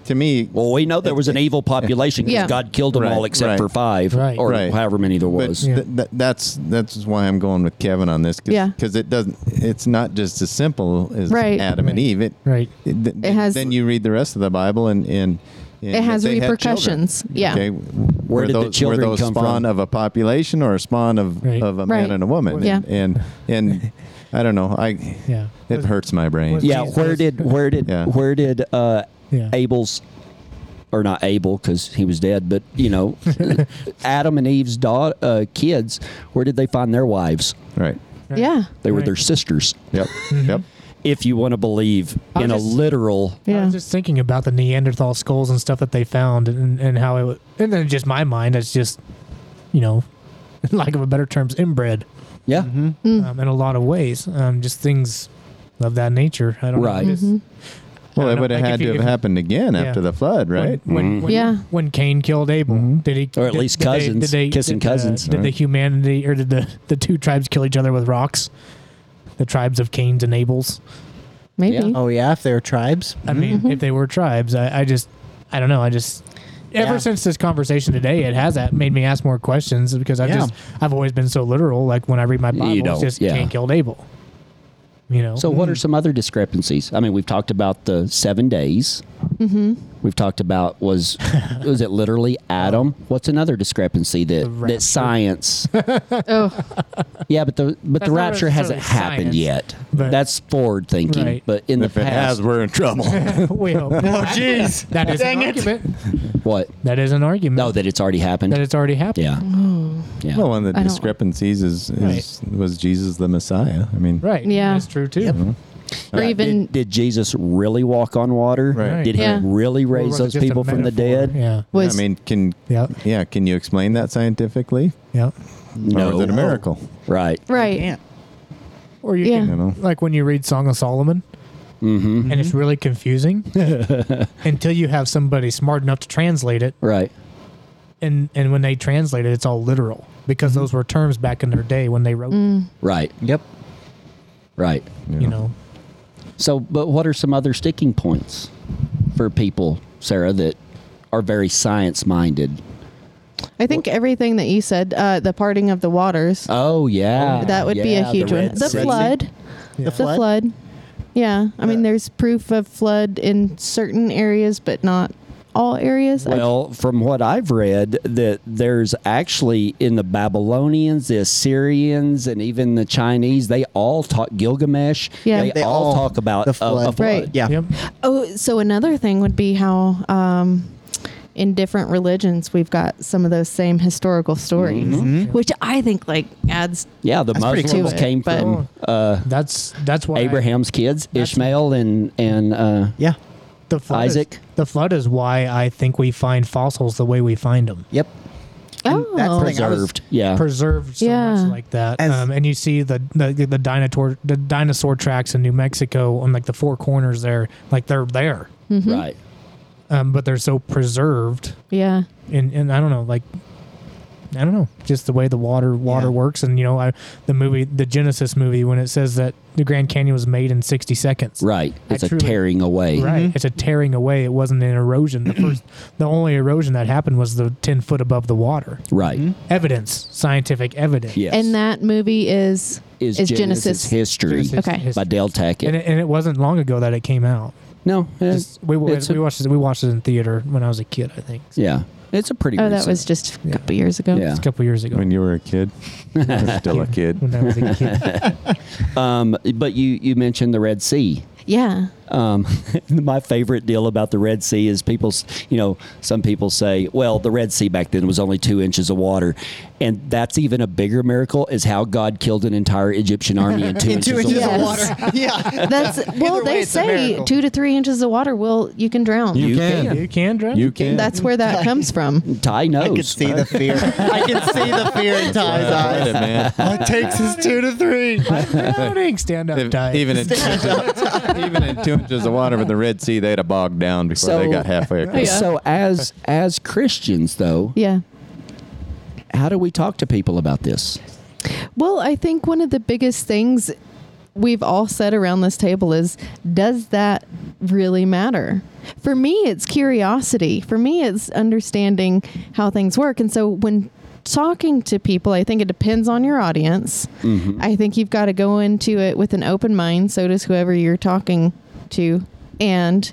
[SPEAKER 5] to me,
[SPEAKER 2] Well, we know there was an evil population because
[SPEAKER 1] Yeah.
[SPEAKER 2] God killed them
[SPEAKER 5] Right,
[SPEAKER 2] all except
[SPEAKER 5] right.
[SPEAKER 2] for five
[SPEAKER 3] Right.
[SPEAKER 2] or
[SPEAKER 5] Right.
[SPEAKER 2] however many there
[SPEAKER 5] but
[SPEAKER 2] was.
[SPEAKER 3] Yeah.
[SPEAKER 5] th- th- that's that's why I'm going with Kevin on this. Cause,
[SPEAKER 1] Yeah.
[SPEAKER 5] 'cause it doesn't. It's not just as simple as
[SPEAKER 1] Right.
[SPEAKER 5] Adam and
[SPEAKER 3] Right.
[SPEAKER 5] Eve. It,
[SPEAKER 3] Right.
[SPEAKER 5] it, th-
[SPEAKER 1] It has-
[SPEAKER 5] Then you read the rest of the Bible and and. and
[SPEAKER 1] It has
[SPEAKER 5] they had children.
[SPEAKER 1] repercussions. Yeah.
[SPEAKER 5] Okay. Where
[SPEAKER 2] did the children
[SPEAKER 5] were those
[SPEAKER 2] come
[SPEAKER 5] spawn
[SPEAKER 2] from?
[SPEAKER 5] of a population or a spawn of,
[SPEAKER 3] Right.
[SPEAKER 5] of a man
[SPEAKER 1] Right.
[SPEAKER 5] and a woman?
[SPEAKER 1] Yeah.
[SPEAKER 5] And, and and I don't know. I
[SPEAKER 3] Yeah.
[SPEAKER 5] it hurts my brain.
[SPEAKER 3] was-
[SPEAKER 2] Yeah,
[SPEAKER 3] Jesus.
[SPEAKER 2] where did where did
[SPEAKER 5] Yeah.
[SPEAKER 2] where did uh,
[SPEAKER 3] Yeah.
[SPEAKER 2] Abel's or not Abel because he was dead, but you know, Adam and Eve's da- uh, kids, where did they find their wives?
[SPEAKER 5] Right.
[SPEAKER 3] Right.
[SPEAKER 1] Yeah.
[SPEAKER 2] They were
[SPEAKER 3] Right.
[SPEAKER 2] their sisters,
[SPEAKER 5] Yep.
[SPEAKER 3] Mm-hmm.
[SPEAKER 5] yep.
[SPEAKER 2] if you want to believe
[SPEAKER 3] I
[SPEAKER 2] in a
[SPEAKER 3] just-
[SPEAKER 2] literal.
[SPEAKER 3] I
[SPEAKER 1] Yeah.
[SPEAKER 3] was just thinking about the Neanderthal skulls and stuff that they found, and, and how it, wa- and then just my mind, it's just, you know, lack of a better terms, inbred
[SPEAKER 2] Yeah,
[SPEAKER 1] Hmm.
[SPEAKER 3] um, in a lot of ways. Um, just things of that nature. I don't
[SPEAKER 2] Right.
[SPEAKER 3] know. It's-
[SPEAKER 1] Mm-hmm.
[SPEAKER 5] Well,
[SPEAKER 3] I
[SPEAKER 5] it
[SPEAKER 3] don't
[SPEAKER 5] would
[SPEAKER 3] know,
[SPEAKER 5] have
[SPEAKER 3] like,
[SPEAKER 5] had
[SPEAKER 3] if you-
[SPEAKER 5] to
[SPEAKER 3] if
[SPEAKER 5] have
[SPEAKER 3] you-
[SPEAKER 5] happened again
[SPEAKER 3] Yeah.
[SPEAKER 5] after the flood, right?
[SPEAKER 3] When, when, when,
[SPEAKER 1] Yeah.
[SPEAKER 3] When Cain killed Abel, did he?
[SPEAKER 2] Mm-hmm. Or at
[SPEAKER 3] did-
[SPEAKER 2] least
[SPEAKER 3] did they-
[SPEAKER 2] cousins, kissing
[SPEAKER 3] uh,
[SPEAKER 2] cousins.
[SPEAKER 5] Right.
[SPEAKER 3] did the humanity or did the the two tribes kill each other with rocks? The tribes of Cain's and Abel's.
[SPEAKER 1] Maybe.
[SPEAKER 2] Yeah.
[SPEAKER 4] Oh yeah, if they're tribes.
[SPEAKER 3] I
[SPEAKER 1] Mm-hmm.
[SPEAKER 3] mean, if they were tribes, I, I just, I don't know. I just, ever
[SPEAKER 4] Yeah.
[SPEAKER 3] since this conversation today, it has a- made me ask more questions because I've
[SPEAKER 4] Yeah.
[SPEAKER 3] just, I've always been so literal. Like when I read my Bible,
[SPEAKER 2] don't,
[SPEAKER 3] it's just
[SPEAKER 2] yeah.
[SPEAKER 3] Cain killed Abel. You know.
[SPEAKER 2] So, what are some other discrepancies? I mean, we've talked about the seven days. Mm-hmm. We've talked about was was it literally Adam? What's another discrepancy that
[SPEAKER 3] rapture.
[SPEAKER 2] that science?
[SPEAKER 1] Oh,
[SPEAKER 2] yeah, but the but
[SPEAKER 3] That's
[SPEAKER 2] the
[SPEAKER 3] not
[SPEAKER 2] rapture hasn't
[SPEAKER 3] necessarily
[SPEAKER 2] happened
[SPEAKER 3] science,
[SPEAKER 2] yet.
[SPEAKER 3] but-
[SPEAKER 2] That's forward thinking.
[SPEAKER 3] Right.
[SPEAKER 2] But in
[SPEAKER 5] If
[SPEAKER 2] the
[SPEAKER 5] it has,
[SPEAKER 2] past,
[SPEAKER 5] we're in trouble.
[SPEAKER 3] we hope.
[SPEAKER 4] Oh jeez.
[SPEAKER 3] That is
[SPEAKER 4] Dang
[SPEAKER 3] an
[SPEAKER 4] it.
[SPEAKER 3] argument.
[SPEAKER 2] what?
[SPEAKER 3] That is an argument.
[SPEAKER 2] No, that it's already happened.
[SPEAKER 3] that it's already happened.
[SPEAKER 2] yeah,
[SPEAKER 1] Oh.
[SPEAKER 2] yeah.
[SPEAKER 5] well, one of the
[SPEAKER 1] I don't-
[SPEAKER 5] discrepancies is, is was Jesus the Messiah. I mean,
[SPEAKER 3] Right.
[SPEAKER 1] Yeah.
[SPEAKER 3] That's true too.
[SPEAKER 1] or even
[SPEAKER 2] did, did Jesus really walk on water?
[SPEAKER 5] uh, Right.
[SPEAKER 2] Did he
[SPEAKER 1] Yeah.
[SPEAKER 2] really
[SPEAKER 3] Or
[SPEAKER 2] raise
[SPEAKER 3] was it
[SPEAKER 2] those
[SPEAKER 3] just a
[SPEAKER 2] people from the
[SPEAKER 3] metaphor?
[SPEAKER 2] dead?
[SPEAKER 3] Yeah.
[SPEAKER 1] was
[SPEAKER 5] I mean, can
[SPEAKER 3] Yeah.
[SPEAKER 5] yeah, can you explain that scientifically?
[SPEAKER 3] Yeah.
[SPEAKER 5] Or
[SPEAKER 2] No,
[SPEAKER 5] was it a miracle?
[SPEAKER 2] right?
[SPEAKER 1] right.
[SPEAKER 4] Can't.
[SPEAKER 3] Or you
[SPEAKER 1] Yeah.
[SPEAKER 3] can,
[SPEAKER 5] You know?
[SPEAKER 3] like when you read Song of Solomon, mm-hmm. and it's really confusing until you have somebody smart enough to translate it.
[SPEAKER 2] Right.
[SPEAKER 3] And and when they translate it, it's all literal because
[SPEAKER 2] Mm-hmm.
[SPEAKER 3] those were terms back in their day when they wrote.
[SPEAKER 2] Right.
[SPEAKER 4] Yep.
[SPEAKER 2] Right.
[SPEAKER 3] You know,
[SPEAKER 2] So, but what are some other sticking points for people, Sarah, that are very science minded?
[SPEAKER 1] I think everything that you said, uh, the parting of the waters,
[SPEAKER 2] Oh yeah,
[SPEAKER 1] that would be a
[SPEAKER 2] Yeah,
[SPEAKER 1] huge
[SPEAKER 2] the
[SPEAKER 1] one.
[SPEAKER 2] Red
[SPEAKER 1] The
[SPEAKER 2] Sea.
[SPEAKER 1] flood.
[SPEAKER 4] The
[SPEAKER 1] The
[SPEAKER 4] flood.
[SPEAKER 1] flood. Yeah. I mean, there's proof of flood in certain areas, but not all areas. I-
[SPEAKER 2] Well, from what I've read, that there's actually in the Babylonians, the Assyrians, and even the Chinese, they all talk Gilgamesh.
[SPEAKER 1] Yeah.
[SPEAKER 2] they,
[SPEAKER 4] They
[SPEAKER 2] all,
[SPEAKER 4] all-
[SPEAKER 2] talk about uh,
[SPEAKER 4] the
[SPEAKER 2] a- A,
[SPEAKER 4] flood.
[SPEAKER 2] flood.
[SPEAKER 1] Right.
[SPEAKER 4] Yeah.
[SPEAKER 3] yep.
[SPEAKER 1] Oh, so another thing would be how um, in different religions we've got some of those same historical stories,
[SPEAKER 4] Mm-hmm.
[SPEAKER 1] which I think like adds.
[SPEAKER 2] Yeah, the
[SPEAKER 4] That's pretty
[SPEAKER 2] Muslims
[SPEAKER 1] cool.
[SPEAKER 2] came
[SPEAKER 1] But-
[SPEAKER 2] from uh,
[SPEAKER 3] That's that's why I-
[SPEAKER 2] Abraham's kids, Ishmael and and uh,
[SPEAKER 4] Yeah.
[SPEAKER 3] the flood is-
[SPEAKER 2] Isaac.
[SPEAKER 3] the flood is why I think we find fossils the way we find them.
[SPEAKER 4] Yep.
[SPEAKER 1] Oh,
[SPEAKER 4] that's the thing I was-
[SPEAKER 2] preserved. Yeah,
[SPEAKER 3] preserved so
[SPEAKER 1] Yeah.
[SPEAKER 3] much like that.
[SPEAKER 4] As-
[SPEAKER 3] um, and you see the the, the dinosaur the dinosaur tracks in New Mexico on like the four corners there, like they're there,
[SPEAKER 2] right.
[SPEAKER 1] Mm-hmm.
[SPEAKER 3] um, but they're so preserved.
[SPEAKER 1] Yeah.
[SPEAKER 3] And and I don't know, like I don't know, just the way the water water
[SPEAKER 4] Yeah.
[SPEAKER 3] works, and you know, I, the movie, the Genesis movie, when it says that the Grand Canyon was made in 60 seconds,
[SPEAKER 2] Right.
[SPEAKER 3] I
[SPEAKER 2] It's a
[SPEAKER 3] truly-
[SPEAKER 2] tearing away.
[SPEAKER 3] Right,
[SPEAKER 4] Mm-hmm.
[SPEAKER 3] it's a tearing away. It wasn't an erosion. The first, the only erosion that happened was the 10 foot above the water.
[SPEAKER 2] Right.
[SPEAKER 3] Evidence, scientific evidence.
[SPEAKER 2] Yes.
[SPEAKER 1] And that movie is
[SPEAKER 2] is, Genesis, history
[SPEAKER 3] Genesis
[SPEAKER 1] Okay.
[SPEAKER 3] history.
[SPEAKER 2] by Dale Tackett.
[SPEAKER 3] and it, and it wasn't long ago that it came out.
[SPEAKER 2] no, it's,
[SPEAKER 3] Just- we, we,
[SPEAKER 2] it's a-
[SPEAKER 3] we watched it. We watched it in theater when I was a kid. I think
[SPEAKER 2] yeah, it's a pretty.
[SPEAKER 1] Oh, that
[SPEAKER 2] recent-
[SPEAKER 1] was just a
[SPEAKER 3] Yeah.
[SPEAKER 1] couple years ago.
[SPEAKER 2] Yeah.
[SPEAKER 3] it's a couple years ago.
[SPEAKER 5] When you were a kid, you were still a kid.
[SPEAKER 3] When I was a kid.
[SPEAKER 2] Um, but you you mentioned the Red Sea.
[SPEAKER 1] Yeah.
[SPEAKER 2] Um, my favorite deal about the Red Sea is people, s- you know, some people say, well, the Red Sea back then was only two inches of water. And that's even a bigger miracle is how God killed an entire Egyptian army in two,
[SPEAKER 4] in two inches
[SPEAKER 1] water.
[SPEAKER 4] of water. yeah.
[SPEAKER 1] That's well,
[SPEAKER 4] Either way,
[SPEAKER 1] they
[SPEAKER 4] it's a
[SPEAKER 1] say
[SPEAKER 4] miracle.
[SPEAKER 1] two to three inches of water will you can drown.
[SPEAKER 2] You can.
[SPEAKER 3] you can drown.
[SPEAKER 5] You can.
[SPEAKER 1] That's where that comes from.
[SPEAKER 2] Ty
[SPEAKER 4] I
[SPEAKER 2] knows.
[SPEAKER 4] could see the fear. I could see the fear in Ty's
[SPEAKER 5] Right,
[SPEAKER 4] eyes.
[SPEAKER 5] man.
[SPEAKER 4] It takes us two to three.
[SPEAKER 3] drowning. Stand up,
[SPEAKER 5] If-
[SPEAKER 3] Ty.
[SPEAKER 5] even in two inches, even in two inches of water with the Red Sea, they'd have bogged down before
[SPEAKER 2] So-
[SPEAKER 5] they got halfway across.
[SPEAKER 1] Yeah.
[SPEAKER 2] So as as Christians though,
[SPEAKER 1] Yeah.
[SPEAKER 2] how do we talk to people about this?
[SPEAKER 1] Well, I think one of the biggest things we've all said around this table is does that really matter? For me, it's curiosity. For me, it's understanding how things work. And so when talking to people, I think it depends on your audience.
[SPEAKER 2] Mm-hmm.
[SPEAKER 1] I think you've got to go into it with an open mind. So does whoever you're talking to. And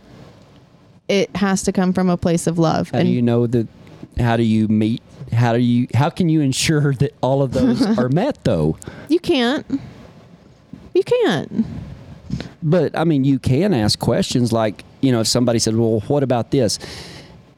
[SPEAKER 1] it has to come from a place of love.
[SPEAKER 2] How
[SPEAKER 1] and
[SPEAKER 2] do you know that? How do you meet? How do you? How can you ensure that all of those are met though?
[SPEAKER 1] you can't. You can't.
[SPEAKER 2] But I mean, you can ask questions like you know if somebody said, "Well, what about this?"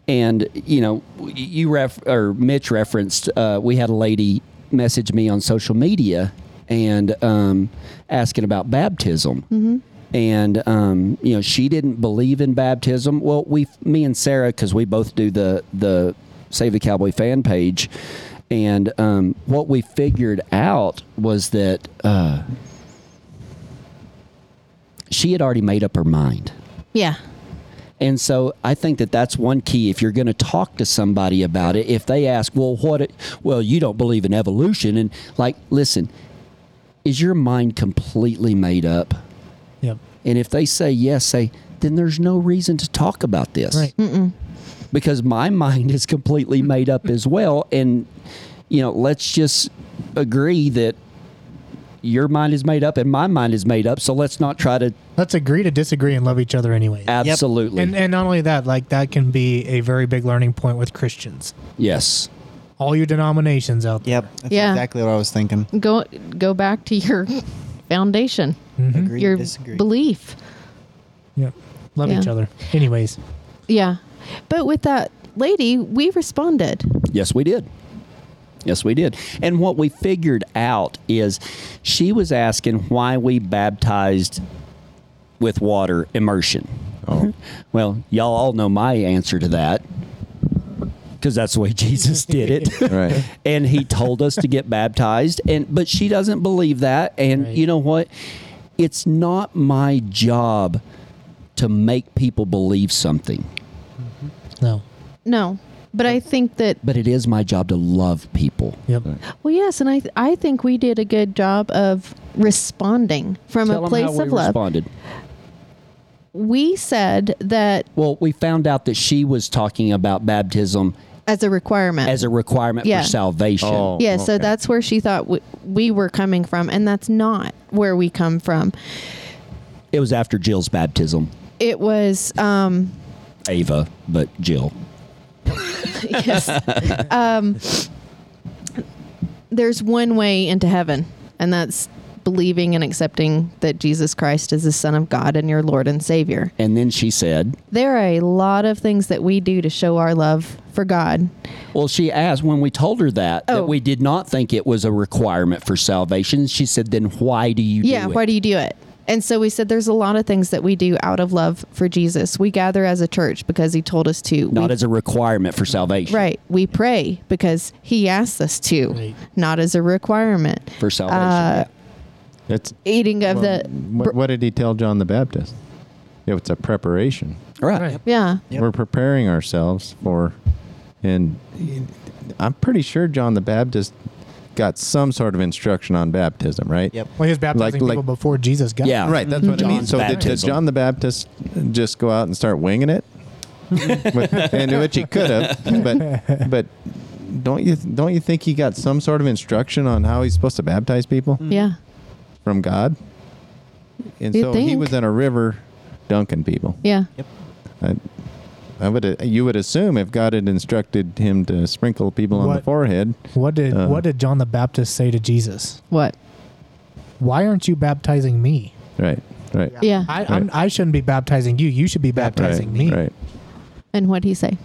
[SPEAKER 2] And you know, you ref or Mitch referenced. Uh, we had a lady message me on social media and um, asking about baptism. And um, you know she didn't believe in baptism. Well, we, me and Sarah, because we both do the the Save the Cowboy fan page, and um, what we figured out was that uh, she had already made up her mind.
[SPEAKER 1] Yeah.
[SPEAKER 2] And so I think that that's one key. If you're going to talk to somebody about it, if they ask, well, what, it, well, you don't believe in evolution. And like, listen, is your mind completely made up?
[SPEAKER 3] yep.
[SPEAKER 2] And if they say yes, say, then there's no reason to talk about this.
[SPEAKER 3] Right. Hmm.
[SPEAKER 2] Because my mind is completely made up as well. And, you know, let's just agree that your mind is made up and my mind is made up. So let's not try to
[SPEAKER 3] Let's agree to disagree and love each other anyway.
[SPEAKER 2] absolutely.
[SPEAKER 3] And and not only that, like that can be a very big learning point with Christians.
[SPEAKER 2] yes.
[SPEAKER 3] All your denominations out there.
[SPEAKER 4] Yep. That's
[SPEAKER 1] Yeah. Mm-hmm.
[SPEAKER 4] exactly what I was thinking.
[SPEAKER 1] go go back to your foundation,
[SPEAKER 4] Agree,
[SPEAKER 1] your
[SPEAKER 4] disagree.
[SPEAKER 1] belief.
[SPEAKER 3] Yep. Love
[SPEAKER 1] Yeah.
[SPEAKER 3] each other. Anyways,
[SPEAKER 1] Yeah. But with that lady, we responded.
[SPEAKER 2] Yes, we did. Yes, we did. And what we figured out is she was asking why we baptized with water immersion.
[SPEAKER 5] Oh.
[SPEAKER 2] Well, y'all all know my answer to that because that's the way Jesus did it.
[SPEAKER 5] Right.
[SPEAKER 2] and he told us to get baptized and but she doesn't believe that and
[SPEAKER 3] Right.
[SPEAKER 2] you know what? It's not my job to make people believe something,
[SPEAKER 3] no.
[SPEAKER 1] No. But I think that
[SPEAKER 2] but it is my job to love people.
[SPEAKER 3] Yep.
[SPEAKER 1] well, yes, and I I think we did a good job of responding from
[SPEAKER 2] Tell
[SPEAKER 1] a
[SPEAKER 2] 'em
[SPEAKER 1] place
[SPEAKER 2] how we
[SPEAKER 1] of love.
[SPEAKER 2] responded.
[SPEAKER 1] We said that
[SPEAKER 2] Well, we found out that she was talking about baptism
[SPEAKER 1] as a requirement.
[SPEAKER 2] as a requirement
[SPEAKER 1] Yeah.
[SPEAKER 2] for salvation.
[SPEAKER 5] Oh.
[SPEAKER 1] yeah, so
[SPEAKER 5] okay.
[SPEAKER 1] that's where she thought we, we were coming from, and that's not where we come from.
[SPEAKER 2] It was after Jill's baptism.
[SPEAKER 1] It was um,
[SPEAKER 2] Ava, but Jill.
[SPEAKER 1] yes. Um, there's one way into heaven, and that's believing and accepting that Jesus Christ is the Son of God and your Lord and Savior.
[SPEAKER 2] And then she said,
[SPEAKER 1] There are a lot of things that we do to show our love for God.
[SPEAKER 2] Well, she asked when we told her that,
[SPEAKER 1] Oh.
[SPEAKER 2] that we did not think it was a requirement for salvation. She said, Then why do you
[SPEAKER 1] yeah,
[SPEAKER 2] do it?
[SPEAKER 1] why do you do it? And so we said there's a lot of things that we do out of love for Jesus. We gather as a church because he told us to.
[SPEAKER 2] not
[SPEAKER 1] we,
[SPEAKER 2] as a requirement for salvation.
[SPEAKER 1] right. We pray because he asked us to,
[SPEAKER 3] Right.
[SPEAKER 1] not as a requirement.
[SPEAKER 2] For salvation.
[SPEAKER 1] Uh,
[SPEAKER 5] It's
[SPEAKER 1] Eating of
[SPEAKER 5] well,
[SPEAKER 1] the
[SPEAKER 5] what, what did he tell John the Baptist? It was a preparation.
[SPEAKER 2] right.
[SPEAKER 3] Right.
[SPEAKER 1] yeah.
[SPEAKER 4] Yep.
[SPEAKER 5] We're preparing ourselves for, and I'm pretty sure John the Baptist got some sort of instruction on baptism, right?
[SPEAKER 4] Yep.
[SPEAKER 3] Well, he was baptizing
[SPEAKER 5] Like- like-
[SPEAKER 3] people before Jesus got
[SPEAKER 2] Yeah.
[SPEAKER 5] Right, that's what I mean.
[SPEAKER 2] John's
[SPEAKER 5] So did, did
[SPEAKER 2] baptism.
[SPEAKER 5] John the Baptist just go out and start winging it? With- and which he could have, but but don't you don't you think he got some sort of instruction on how he's supposed to baptize people
[SPEAKER 4] Mm.
[SPEAKER 1] Yeah.
[SPEAKER 5] from God? And
[SPEAKER 1] You'd
[SPEAKER 5] so he
[SPEAKER 1] think.
[SPEAKER 5] was in a river dunking people.
[SPEAKER 1] Yeah.
[SPEAKER 5] I, I would uh, you would assume if God had instructed him to sprinkle people on the
[SPEAKER 3] What?
[SPEAKER 5] forehead,
[SPEAKER 3] What did
[SPEAKER 5] Uh.
[SPEAKER 3] What did John the Baptist say to Jesus?
[SPEAKER 1] What?
[SPEAKER 3] Why aren't you baptizing me?
[SPEAKER 5] right, right,
[SPEAKER 1] Yeah.
[SPEAKER 3] I I'm, I shouldn't be baptizing you. You should be baptizing
[SPEAKER 5] right,
[SPEAKER 3] me.
[SPEAKER 5] right.
[SPEAKER 1] And what'd he say?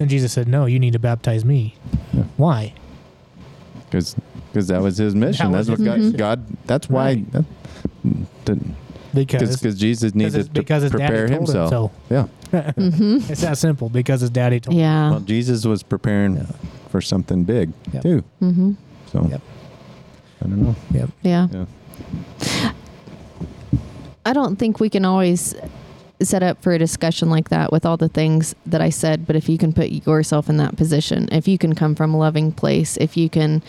[SPEAKER 3] And Jesus said, No, you need to baptize me.
[SPEAKER 5] Yeah.
[SPEAKER 3] Why?
[SPEAKER 5] because that was his mission.
[SPEAKER 3] That was
[SPEAKER 5] that's
[SPEAKER 3] his
[SPEAKER 5] what
[SPEAKER 1] mission.
[SPEAKER 5] God, God. That's why.
[SPEAKER 3] Right.
[SPEAKER 5] That, didn't-
[SPEAKER 3] Because
[SPEAKER 5] because Jesus
[SPEAKER 3] it's-
[SPEAKER 5] needed to
[SPEAKER 3] because his daddy
[SPEAKER 5] prepare
[SPEAKER 3] told him
[SPEAKER 5] himself.
[SPEAKER 3] so.
[SPEAKER 5] Yeah.
[SPEAKER 3] it's that simple. Because his daddy told. him.
[SPEAKER 1] Yeah.
[SPEAKER 5] Well, Jesus was preparing for something big
[SPEAKER 3] Yep.
[SPEAKER 5] too.
[SPEAKER 1] Mm-hmm.
[SPEAKER 5] So
[SPEAKER 3] Yep.
[SPEAKER 5] I don't know.
[SPEAKER 3] Yep.
[SPEAKER 1] Yeah.
[SPEAKER 5] Yeah.
[SPEAKER 1] I don't think we can always set up for a discussion like that with all the things that I said, but if you can put yourself in that position, if you can come from a loving place, if you can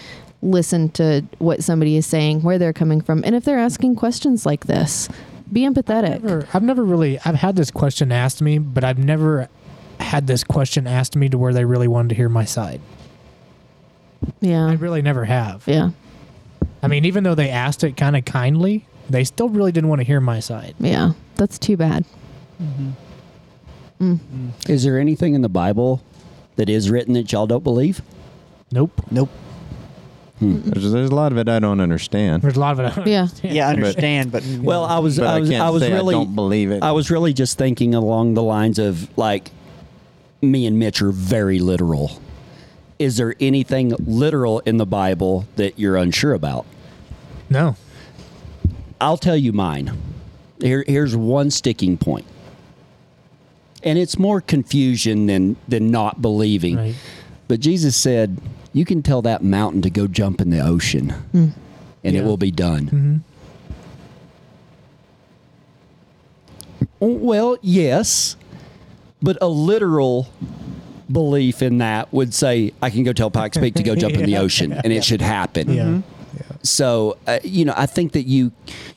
[SPEAKER 1] listen to what somebody is saying, where they're coming from, and if they're asking questions like this, be empathetic.
[SPEAKER 3] Never- I've never really. I've had this question asked me, but I've never had this question asked me to where they really wanted to hear my side. I
[SPEAKER 1] Yeah.
[SPEAKER 3] really never have.
[SPEAKER 1] Yeah.
[SPEAKER 3] I mean, even though they asked it kind of kindly, they still really didn't want to hear my side.
[SPEAKER 1] Yeah. That's too bad.
[SPEAKER 2] Is there anything in the Bible that is written that y'all don't believe?
[SPEAKER 3] Nope.
[SPEAKER 4] Nope.
[SPEAKER 5] There's, there's a lot of it I don't understand.
[SPEAKER 3] There's a lot of it.
[SPEAKER 1] Yeah.
[SPEAKER 4] Yeah, I understand, but,
[SPEAKER 2] Well, I was,
[SPEAKER 5] But
[SPEAKER 2] I
[SPEAKER 5] I
[SPEAKER 2] was,
[SPEAKER 5] can't
[SPEAKER 2] I was
[SPEAKER 5] say I
[SPEAKER 2] really,
[SPEAKER 5] don't believe it.
[SPEAKER 2] I was really just thinking along the lines of like, me and Mitch are very literal. Is there anything literal in the Bible that you're unsure about?
[SPEAKER 3] No.
[SPEAKER 2] I'll tell you mine. Here, here's one sticking point, and it's more confusion than than not believing.
[SPEAKER 3] Right.
[SPEAKER 2] But Jesus said, "You can tell that mountain to go jump in the ocean, and it
[SPEAKER 3] Yeah. Mm-hmm.
[SPEAKER 2] will be done." Oh, Well, yes, but a literal belief in that would say, "I can go tell Pikes Peak to go jump in the ocean, and it should happen."
[SPEAKER 3] Yeah.
[SPEAKER 1] Mm-hmm.
[SPEAKER 2] So, uh, you know, I think that you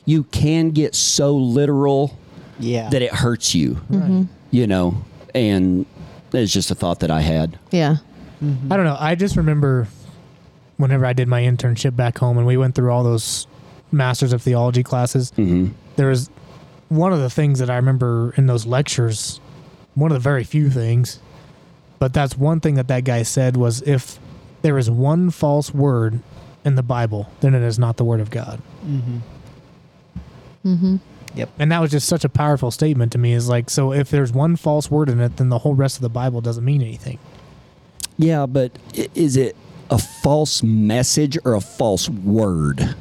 [SPEAKER 2] you can get so literal
[SPEAKER 4] yeah.
[SPEAKER 2] that it hurts you, you know, and it's just a thought that I had.
[SPEAKER 1] Yeah.
[SPEAKER 3] I don't know. I just remember whenever I did my internship back home and we went through all those masters of theology classes, there was one of the things that I remember in those lectures, one of the very few things, but that's one thing that that guy said was if there is one false word in the Bible, then it is not the word of God.
[SPEAKER 4] Yep.
[SPEAKER 3] And that was just such a powerful statement to me is like, so if there's one false word in it, then the whole rest of the Bible doesn't mean anything.
[SPEAKER 2] Yeah, but i- is it a false message or a false word?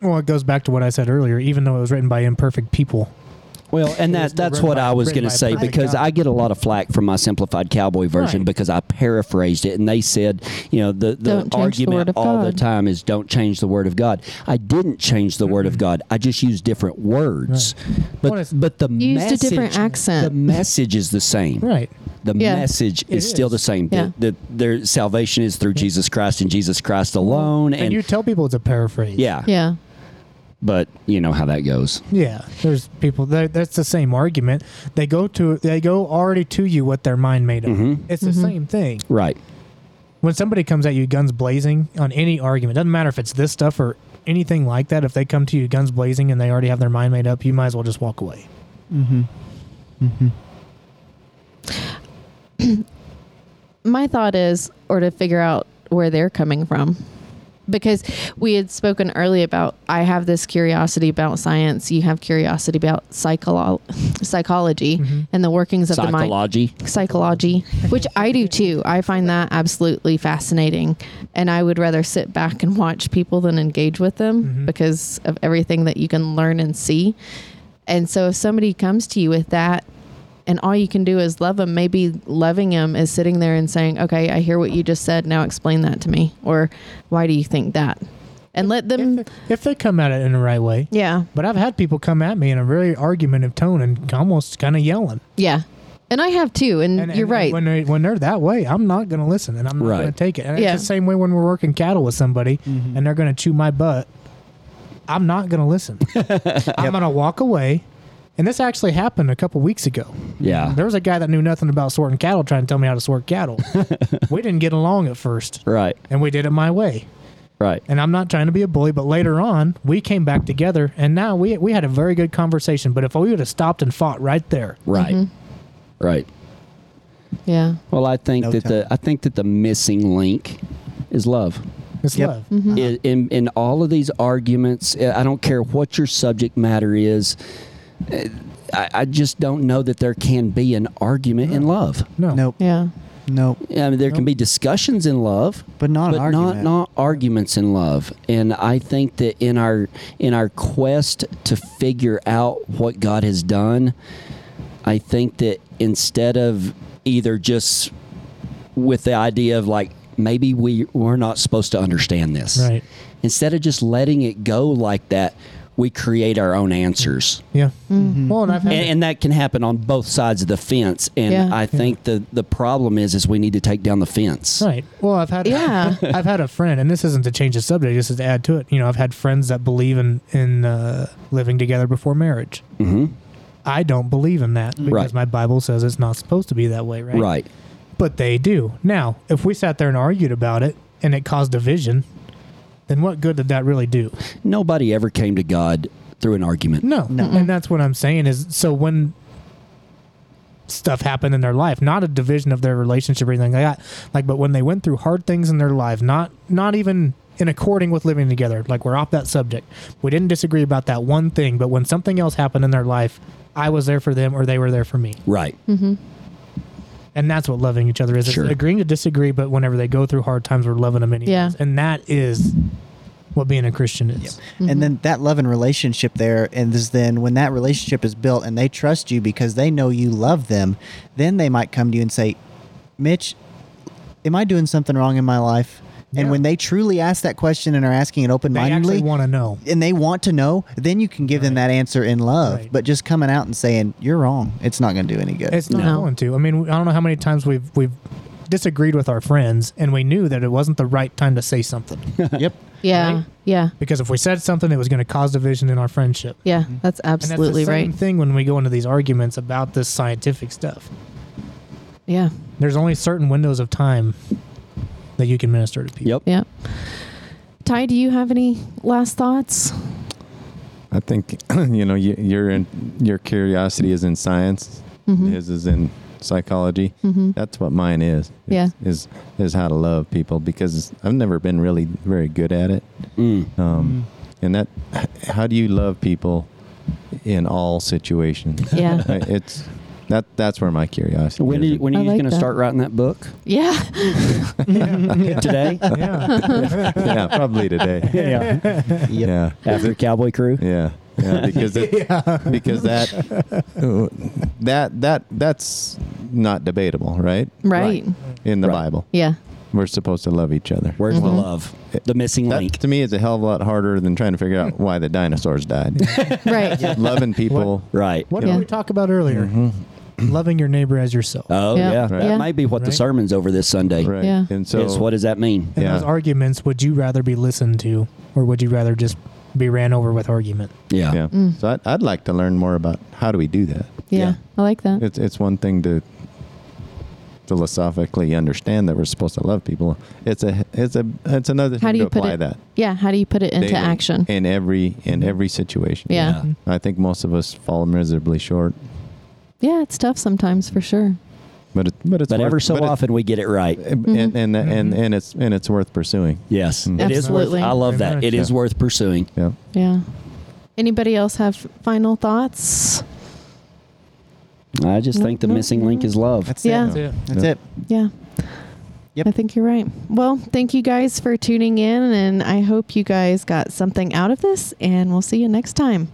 [SPEAKER 3] Well, it goes back to what I said earlier. Even though it was written by imperfect people,
[SPEAKER 2] Well, and
[SPEAKER 3] was
[SPEAKER 2] that,
[SPEAKER 3] still
[SPEAKER 2] that's
[SPEAKER 3] written
[SPEAKER 2] what
[SPEAKER 3] by-
[SPEAKER 2] I was
[SPEAKER 3] written
[SPEAKER 2] going to
[SPEAKER 3] by a
[SPEAKER 2] say
[SPEAKER 3] prophet.
[SPEAKER 2] because I get a lot of flack from my simplified cowboy version
[SPEAKER 3] Right.
[SPEAKER 2] because I paraphrased it and they said, you know, the, the
[SPEAKER 1] Don't change the
[SPEAKER 2] argument
[SPEAKER 1] word of
[SPEAKER 2] all the
[SPEAKER 1] God.
[SPEAKER 2] time is don't change the word of God. I didn't change the word of God. I just used different words. But
[SPEAKER 3] Well, it's-
[SPEAKER 2] but the
[SPEAKER 1] You used a
[SPEAKER 2] message
[SPEAKER 1] different accent.
[SPEAKER 2] the message is the same.
[SPEAKER 3] right?
[SPEAKER 2] The
[SPEAKER 1] Yeah.
[SPEAKER 2] message is,
[SPEAKER 3] It
[SPEAKER 2] still
[SPEAKER 3] is.
[SPEAKER 2] the same.
[SPEAKER 1] Yeah.
[SPEAKER 2] The, the, their salvation is through Jesus Christ and Jesus Christ alone
[SPEAKER 3] And,
[SPEAKER 2] and,
[SPEAKER 3] you tell people it's a paraphrase.
[SPEAKER 2] yeah.
[SPEAKER 1] Yeah.
[SPEAKER 2] But you know how that goes.
[SPEAKER 3] yeah. There's people that that's the same argument. They go to they go already to you what their mind made up.
[SPEAKER 2] Mm-hmm.
[SPEAKER 3] It's the same thing.
[SPEAKER 2] Right.
[SPEAKER 3] When somebody comes at you guns blazing on any argument, doesn't matter if it's this stuff or anything like that. If they come to you guns blazing and they already have their mind made up, you might as well just walk away.
[SPEAKER 1] my thought is or to figure out where they're coming from because we had spoken earlier about i have this curiosity about science you have curiosity about psycholo- psychology and the workings of the mind
[SPEAKER 2] Psychology.
[SPEAKER 1] psychology, which I do too. I find that absolutely fascinating. And I would rather sit back and watch people than engage with them
[SPEAKER 3] Mm-hmm.
[SPEAKER 1] because of everything that you can learn and see. And so if somebody comes to you with that, and all you can do is love them. Maybe loving them is sitting there and saying, "Okay, I hear what you just said. Now explain that to me." Or, "Why do you think that?" And let them,
[SPEAKER 3] If they come at it in the right way.
[SPEAKER 1] yeah,
[SPEAKER 3] But I've had people come at me in a very argumentative tone and almost kind of yelling.
[SPEAKER 1] yeah, And I have too, and, you're right.
[SPEAKER 3] When, they, when they're that way, I'm not going to listen and I'm not
[SPEAKER 2] Right.
[SPEAKER 3] going to take it. And
[SPEAKER 1] Yeah.
[SPEAKER 3] it's the same way when we're working cattle with somebody and they're going to chew my butt. I'm not going to listen. I'm going to walk away. And this actually happened a couple weeks ago.
[SPEAKER 2] Yeah.
[SPEAKER 3] There was a guy that knew nothing about sorting cattle trying to tell me how to sort cattle. we didn't get along at first,
[SPEAKER 2] Right.
[SPEAKER 3] and we did it my way.
[SPEAKER 2] Right.
[SPEAKER 3] And I'm not trying to be a bully, but later on, we came back together, and now we, we had a very good conversation. But if we would have stopped and fought right there,
[SPEAKER 2] Right. Right.
[SPEAKER 1] yeah.
[SPEAKER 2] Well, I think
[SPEAKER 4] No
[SPEAKER 2] that the
[SPEAKER 4] time.
[SPEAKER 2] I think that the missing link is love.
[SPEAKER 3] it's
[SPEAKER 4] Yep.
[SPEAKER 3] love.
[SPEAKER 1] Mm-hmm.
[SPEAKER 2] in, in in all of these arguments, uh, I don't care what your subject matter is. uh, I, I just don't know that there can be an argument in love.
[SPEAKER 3] No.
[SPEAKER 4] Nope.
[SPEAKER 1] Yeah.
[SPEAKER 4] Nope.
[SPEAKER 2] I mean, there can be discussions in love,
[SPEAKER 4] But not an
[SPEAKER 2] but
[SPEAKER 4] argument.
[SPEAKER 2] not not arguments in love. And I think that in our in our quest to figure out what God has done, I think that instead of either just with the idea of like maybe we we're not supposed to understand this,
[SPEAKER 3] Right.
[SPEAKER 2] instead of just letting it go like that, we create our own answers.
[SPEAKER 3] Yeah.
[SPEAKER 1] Mm-hmm.
[SPEAKER 3] Well, and I've had
[SPEAKER 2] And, and that can happen on both sides of the fence. And
[SPEAKER 1] Yeah.
[SPEAKER 2] I think the, the problem is is we need to take down the fence.
[SPEAKER 3] Right. Well, I've had
[SPEAKER 1] Yeah.
[SPEAKER 3] I've had a friend, and this isn't to change the subject, this is to add to it. You know, I've had friends that believe in in uh, living together before marriage.
[SPEAKER 2] Mhm.
[SPEAKER 3] I don't believe in that because
[SPEAKER 2] Right.
[SPEAKER 3] my Bible says it's not supposed to be that way, right?
[SPEAKER 2] Right.
[SPEAKER 3] But they do. Now, if we sat there and argued about it and it caused division, then what good did that really do?
[SPEAKER 2] Nobody ever came to God through an argument.
[SPEAKER 3] No. And that's what I'm saying is so when stuff happened in their life, not a division of their relationship or anything like that. Like but when they went through hard things in their life, not not even in according with living together, like we're off that subject. We didn't disagree about that one thing, but when something else happened in their life, I was there for them or they were there for me.
[SPEAKER 2] Right.
[SPEAKER 3] And that's what loving each other is. It's
[SPEAKER 2] Sure.
[SPEAKER 3] agreeing to disagree, but whenever they go through hard times, we're loving them anyways.
[SPEAKER 1] Yeah.
[SPEAKER 3] And that is what being a Christian is.
[SPEAKER 4] And then that love and relationship there, and this then when that relationship is built and they trust you because they know you love them, then they might come to you and say, Mitch, am I doing something wrong in my life? And
[SPEAKER 3] Yeah.
[SPEAKER 4] when they truly ask that question and are asking it open
[SPEAKER 3] They actually
[SPEAKER 4] mindedly,
[SPEAKER 3] want to know.
[SPEAKER 4] and they want to know, then you can give them that answer in love.
[SPEAKER 3] Right.
[SPEAKER 4] But just coming out and saying you're wrong, it's not going to do any good.
[SPEAKER 3] It's not
[SPEAKER 1] No.
[SPEAKER 3] going to. I mean, I don't know how many times we've we've disagreed with our friends, and we knew that it wasn't the right time to say something
[SPEAKER 4] yep.
[SPEAKER 1] Yeah.
[SPEAKER 3] Right?
[SPEAKER 1] Yeah.
[SPEAKER 3] because if we said something, it was going to cause division in our friendship.
[SPEAKER 1] Yeah. That's
[SPEAKER 3] Mm-hmm. And that's
[SPEAKER 1] absolutely
[SPEAKER 3] the same
[SPEAKER 1] right.
[SPEAKER 3] thing when we go into these arguments about this scientific stuff.
[SPEAKER 1] Yeah.
[SPEAKER 3] There's only certain windows of time that you can minister to people.
[SPEAKER 2] Yep.
[SPEAKER 1] Yeah. Ty, do you have any last thoughts?
[SPEAKER 5] I think you know you, your in, your curiosity is in science.
[SPEAKER 1] Mm-hmm.
[SPEAKER 5] His is in psychology. That's what mine is.
[SPEAKER 1] Yeah.
[SPEAKER 5] is is how to love people because I've never been really very good at it.
[SPEAKER 2] Mm.
[SPEAKER 5] Um, And that, how do you love people in all situations?
[SPEAKER 1] Yeah.
[SPEAKER 5] I- it's that that's where my curiosity.
[SPEAKER 2] When,
[SPEAKER 5] is.
[SPEAKER 2] did, when are
[SPEAKER 1] I
[SPEAKER 2] you
[SPEAKER 1] like
[SPEAKER 2] going to
[SPEAKER 1] that.
[SPEAKER 2] start writing that book?
[SPEAKER 1] Yeah.
[SPEAKER 2] Today?
[SPEAKER 3] Yeah.
[SPEAKER 5] yeah, probably today.
[SPEAKER 2] yeah.
[SPEAKER 5] Yeah.
[SPEAKER 2] After Cowboy Crew?
[SPEAKER 5] Yeah, yeah, because it, because that that that that's not debatable, right?
[SPEAKER 1] Right.
[SPEAKER 5] In the
[SPEAKER 2] Right.
[SPEAKER 5] Bible,
[SPEAKER 1] Yeah.
[SPEAKER 5] we're supposed to love each other.
[SPEAKER 2] Where's the love? The missing
[SPEAKER 5] That
[SPEAKER 2] link.
[SPEAKER 5] to me is a hell of a lot harder than trying to figure out why the dinosaurs died.
[SPEAKER 1] Right.
[SPEAKER 5] Loving people,
[SPEAKER 2] Right.
[SPEAKER 3] What
[SPEAKER 1] Yeah.
[SPEAKER 3] did we talk about earlier? Loving your neighbor as yourself.
[SPEAKER 2] Oh,
[SPEAKER 1] Yeah.
[SPEAKER 2] yeah.
[SPEAKER 1] Right.
[SPEAKER 2] That
[SPEAKER 1] Yeah.
[SPEAKER 2] might be what the
[SPEAKER 3] Right.
[SPEAKER 2] sermon's over this Sunday.
[SPEAKER 5] right?
[SPEAKER 1] Yeah.
[SPEAKER 5] And so
[SPEAKER 2] is what does that mean?
[SPEAKER 3] in
[SPEAKER 5] Yeah.
[SPEAKER 3] those arguments, would you rather be listened to, or would you rather just be ran over with argument?
[SPEAKER 2] Yeah.
[SPEAKER 5] Yeah.
[SPEAKER 1] Mm.
[SPEAKER 5] So I'd, I'd like to learn more about how do we do that.
[SPEAKER 1] Yeah.
[SPEAKER 2] Yeah.
[SPEAKER 1] I like that.
[SPEAKER 5] It's it's one thing to philosophically understand that we're supposed to love people. It's a it's a it's another
[SPEAKER 1] How
[SPEAKER 5] thing
[SPEAKER 1] do you
[SPEAKER 5] to
[SPEAKER 1] put
[SPEAKER 5] apply
[SPEAKER 1] it?
[SPEAKER 5] that
[SPEAKER 1] Yeah. How do you put it into
[SPEAKER 5] daily
[SPEAKER 1] action?
[SPEAKER 5] in every in every situation.
[SPEAKER 1] Yeah.
[SPEAKER 2] Yeah.
[SPEAKER 5] I think most of us fall miserably short,
[SPEAKER 1] Yeah. It's tough sometimes for sure.
[SPEAKER 5] but it, but it's
[SPEAKER 2] But
[SPEAKER 5] worth,
[SPEAKER 2] ever so
[SPEAKER 5] but it-
[SPEAKER 2] often we get it right.
[SPEAKER 5] and, and,
[SPEAKER 1] Mm-hmm.
[SPEAKER 5] and, and it's and it's worth pursuing.
[SPEAKER 2] Yes. It is worth
[SPEAKER 1] Absolutely.
[SPEAKER 2] I love that. It is
[SPEAKER 5] Yeah.
[SPEAKER 2] worth pursuing.
[SPEAKER 5] Yeah.
[SPEAKER 1] Yeah. Anybody else have final thoughts?
[SPEAKER 2] I just think the
[SPEAKER 1] no,
[SPEAKER 2] missing link is love.
[SPEAKER 4] That's
[SPEAKER 1] Yeah.
[SPEAKER 4] it. That's
[SPEAKER 5] Yeah.
[SPEAKER 4] it.
[SPEAKER 1] Yeah.
[SPEAKER 4] Yep.
[SPEAKER 1] I think you're right. Well, thank you guys for tuning in, and I hope you guys got something out of this, and we'll see you next time.